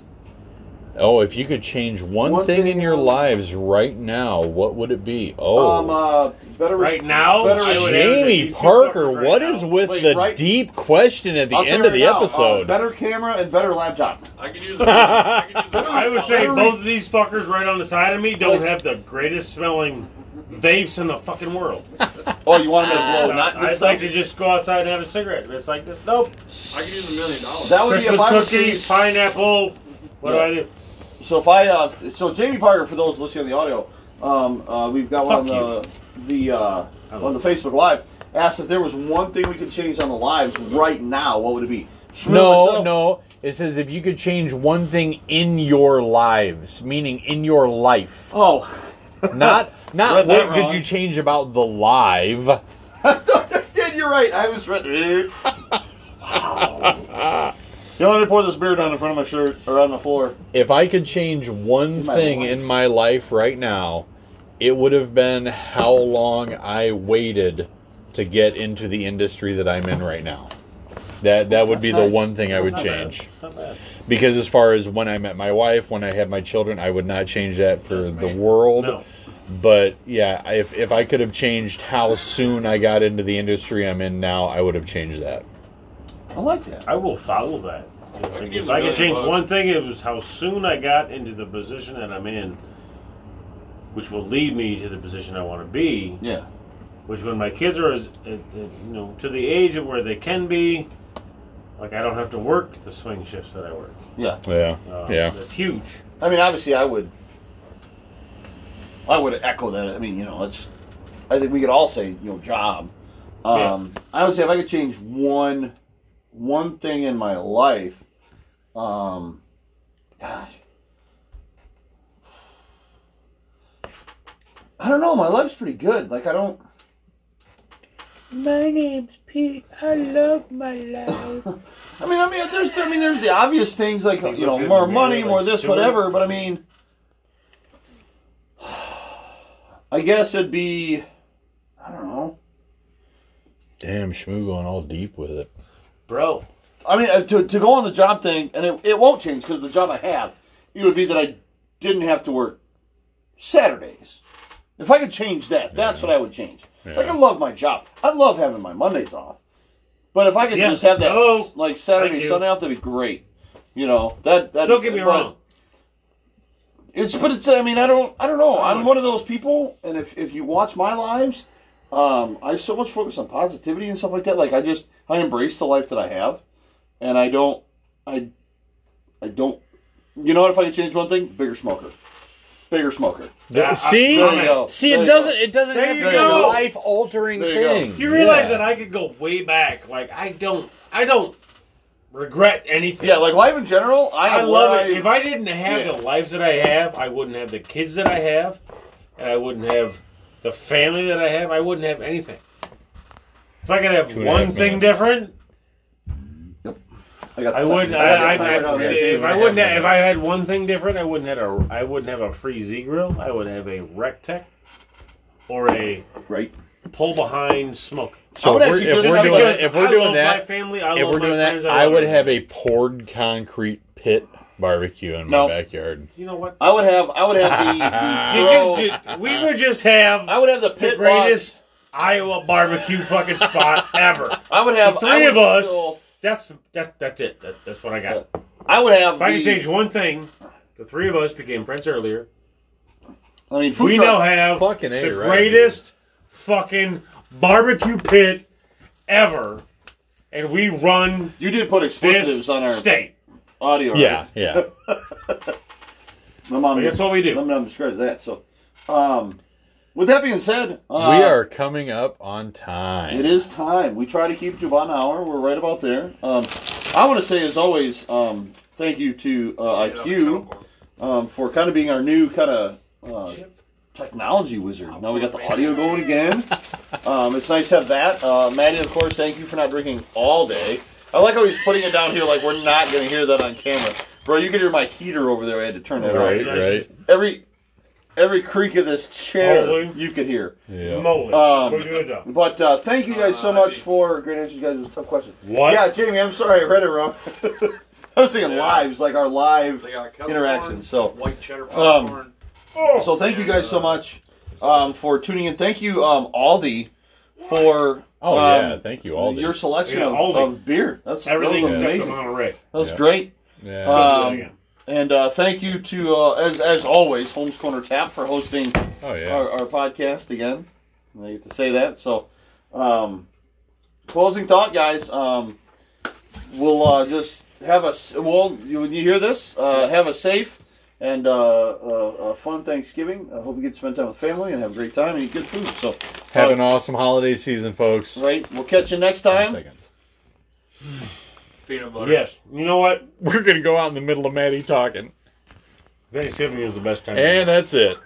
Oh, if you could change one,
One
thing,
thing
in your
in-
lives right now, what would it be? Oh,
Um, uh, better res-
Right now?
better
I would-
res-
everything.
Jamie
He's
Parker,
too tough
what
right
is
now.
with
Wait,
the
right-
deep question at the
I'll
end
tell
of
you
the
right now, uh,
episode?
better camera and better laptop.
I could use. I could use
I would say both of these fuckers right on the side of me don't have the greatest smelling vapes in the fucking world.
Oh, you want them to blow? Not
I'd
this
like
stuff?
to just go outside and have a cigarette. But It's like this. Nope.
I could use a million dollars.
That Oh, would be a
Christmas
my
cookie, pineapple.
Yeah.
What do I do?
So if I uh, so Jamie Parker for those listening on the audio, um, uh, we've got one
Fuck Oh.
on the the uh,
I love
on the Facebook Live asked if there was one thing we could change on the lives right now. What would it be? Shmuel,
no,
myself-
no. It says if you could change one thing in your lives, meaning in your life,
Oh,
not not
Read that
what could
wrong.
you change about the live.
Dad, you're right. I was right. you want me to pour this beer down in front of my shirt or on the floor?
If I could change one
In my
thing
life.
in my life right now, it would have been how long I waited to get into the industry that I'm in right now. That that would be
That's
the
nice.
one thing I would
Not bad.
change.
Not bad.
Because as far as when I met my wife, when I had my children, I would not change that for
That's
the
right.
world.
No.
But yeah, I- if if I could have changed how soon I got into the industry I'm in now, I would have changed that.
I like that.
I will follow that.
could
Like,
use
if
a
I could
million
change
bucks.
one thing, it was how soon I got into the position that I'm in, which will lead me to the position I want to be.
Yeah.
Which, when my kids are, as, uh, uh, you know, to the age of where they can be, like I don't have to work the swing shifts that I work.
Yeah.
Yeah,
Uh,
Um,
yeah.
that's huge.
I mean, obviously, I would. I would echo that. I mean, you know, it's. I think we could all say, you know, job. Um, I would say if I could change one, one thing in my life, um, gosh, I don't know. My life's pretty good. Like I don't.
My name's Pete. I love my life.
I mean, I mean, there's, I mean, there's the obvious things like you know,
Good,
more
man,
money,
like
more this,
Stewart.
whatever. But I mean, I guess it'd be, I don't know.
Damn, Shmoo going all deep with it.
Bro,
I mean, uh, to, to go on the job thing, and it, it won't change because the job I have, it would be that I didn't have to work Saturdays. If I could change that, that's what I would change. Like I love my job. I love having my Mondays off. But if I could
Yeah.
just have that
Oh,
like
thank
Saturday,
you.
Sunday off, that'd be great. You know that. that
don't get me
but-
wrong.
It's but it's I mean I don't I don't know I'm one of those people and if if you watch my lives, um I so much focus on positivity and stuff like that like I just I embrace the life that I have, and I don't I I don't you know what if I could change one thing bigger smoker, bigger smoker
Yeah, I-
see,
there you
go.
see,
There
it
you
doesn't.
go.
It doesn't
There
have to
you
be a
go.
life altering
There you go.
thing.
You realize
Yeah.
that I could go way back. Like I don't, I don't regret anything.
yeah like life in general I,
I
am
love
where
it. If I didn't have
Yeah.
the lives that I have, I wouldn't have the kids that I have, and I wouldn't have the family that I have. I wouldn't have anything. If I could have
and a half
one thing
minutes.
different,
I, got
I
the-
would.
got
I, I, I,
the timer down here.
if I wouldn't, have, if I had one thing different, I wouldn't have a. I wouldn't have a free Z grill. I would have a Rectech or a
right
pull behind smoke.
I
So
would
if
actually
we're, if
just
we're
have
doing,
because
if we're
I
doing
love my
that,
family, I
if
love
we're
my
doing
friends,
that, I
love
would have
everything.
a poured concrete pit barbecue in
No.
my backyard.
You know what?
I would have I would have the, the
You
Oh.
grow-
just- you- we would just have
I would have the
the
pit
greatest Iowa barbecue fucking spot ever.
boss. I would have
The
I
three
would
of us.
still-
That's that. That's it. That, that's what I got. If
I would have
I could
the-
change one thing, the three of us became friends earlier.
I mean food
We
truck-
now have
Fucking A,
the
right,
greatest fucking barbecue pit ever, and we run
You did put expletives
this
on our
state.
audio. right?
Yeah, yeah.
My mom.
But that's what we do.
My mom describes that. So, um, with that being said, uh,
we are coming up on time.
It is time. We try to keep it to about an hour. We're right about there. Um, I want to say, as always, um, thank you to uh, IQ um, for kind of being our new kind of uh, technology wizard. Now we got the audio going again. Um, it's nice to have that. Uh, Maddie, of course, thank you for not drinking all day. I like how he's putting it down here like we're not going to hear that on camera. Bro, you can hear my heater over there. I had to turn it
Right,
off.
right.
Every every creak of this chair
Holy.
you could hear.
Yeah.
Moly.
Um,
We're good though.
But uh, thank you guys so
Uh,
much
Jamie.
for great answers, guys. It was a tough question.
What?
Yeah, Jamie, I'm sorry I read it wrong. I was thinking
Yeah.
lives, like our live.
They got kettle
Interaction,
corn,
so,
white
um,
cheddar popcorn.
So thank you guys so much um, for tuning in. Thank you, um, Aldi, for
Oh
um,
yeah, thank you all.
your selection
Yeah,
of,
Aldi.
of beer. That's
Everything
that was
except the
amazing.
Monterey.
That was
Yeah.
great.
yeah.
Um, and uh, thank you to uh, as as always, Holmes Corner Tap for hosting
oh yeah.
our, our podcast again. And I get to say that. So, um, closing thought, guys. Um, we'll uh, just have a s- well. You, when you hear this, uh, have a safe and uh, uh, a fun Thanksgiving. I hope you get to spend time with family and have a great time and eat good food. So,
Have
uh,
an awesome holiday season, folks.
right. We'll catch you next time.
Seconds.
peanut butter.
Yes. You know what?
We're gonna go out in the middle of Maddie talking,
Thanksgiving is the best time.
and that's it.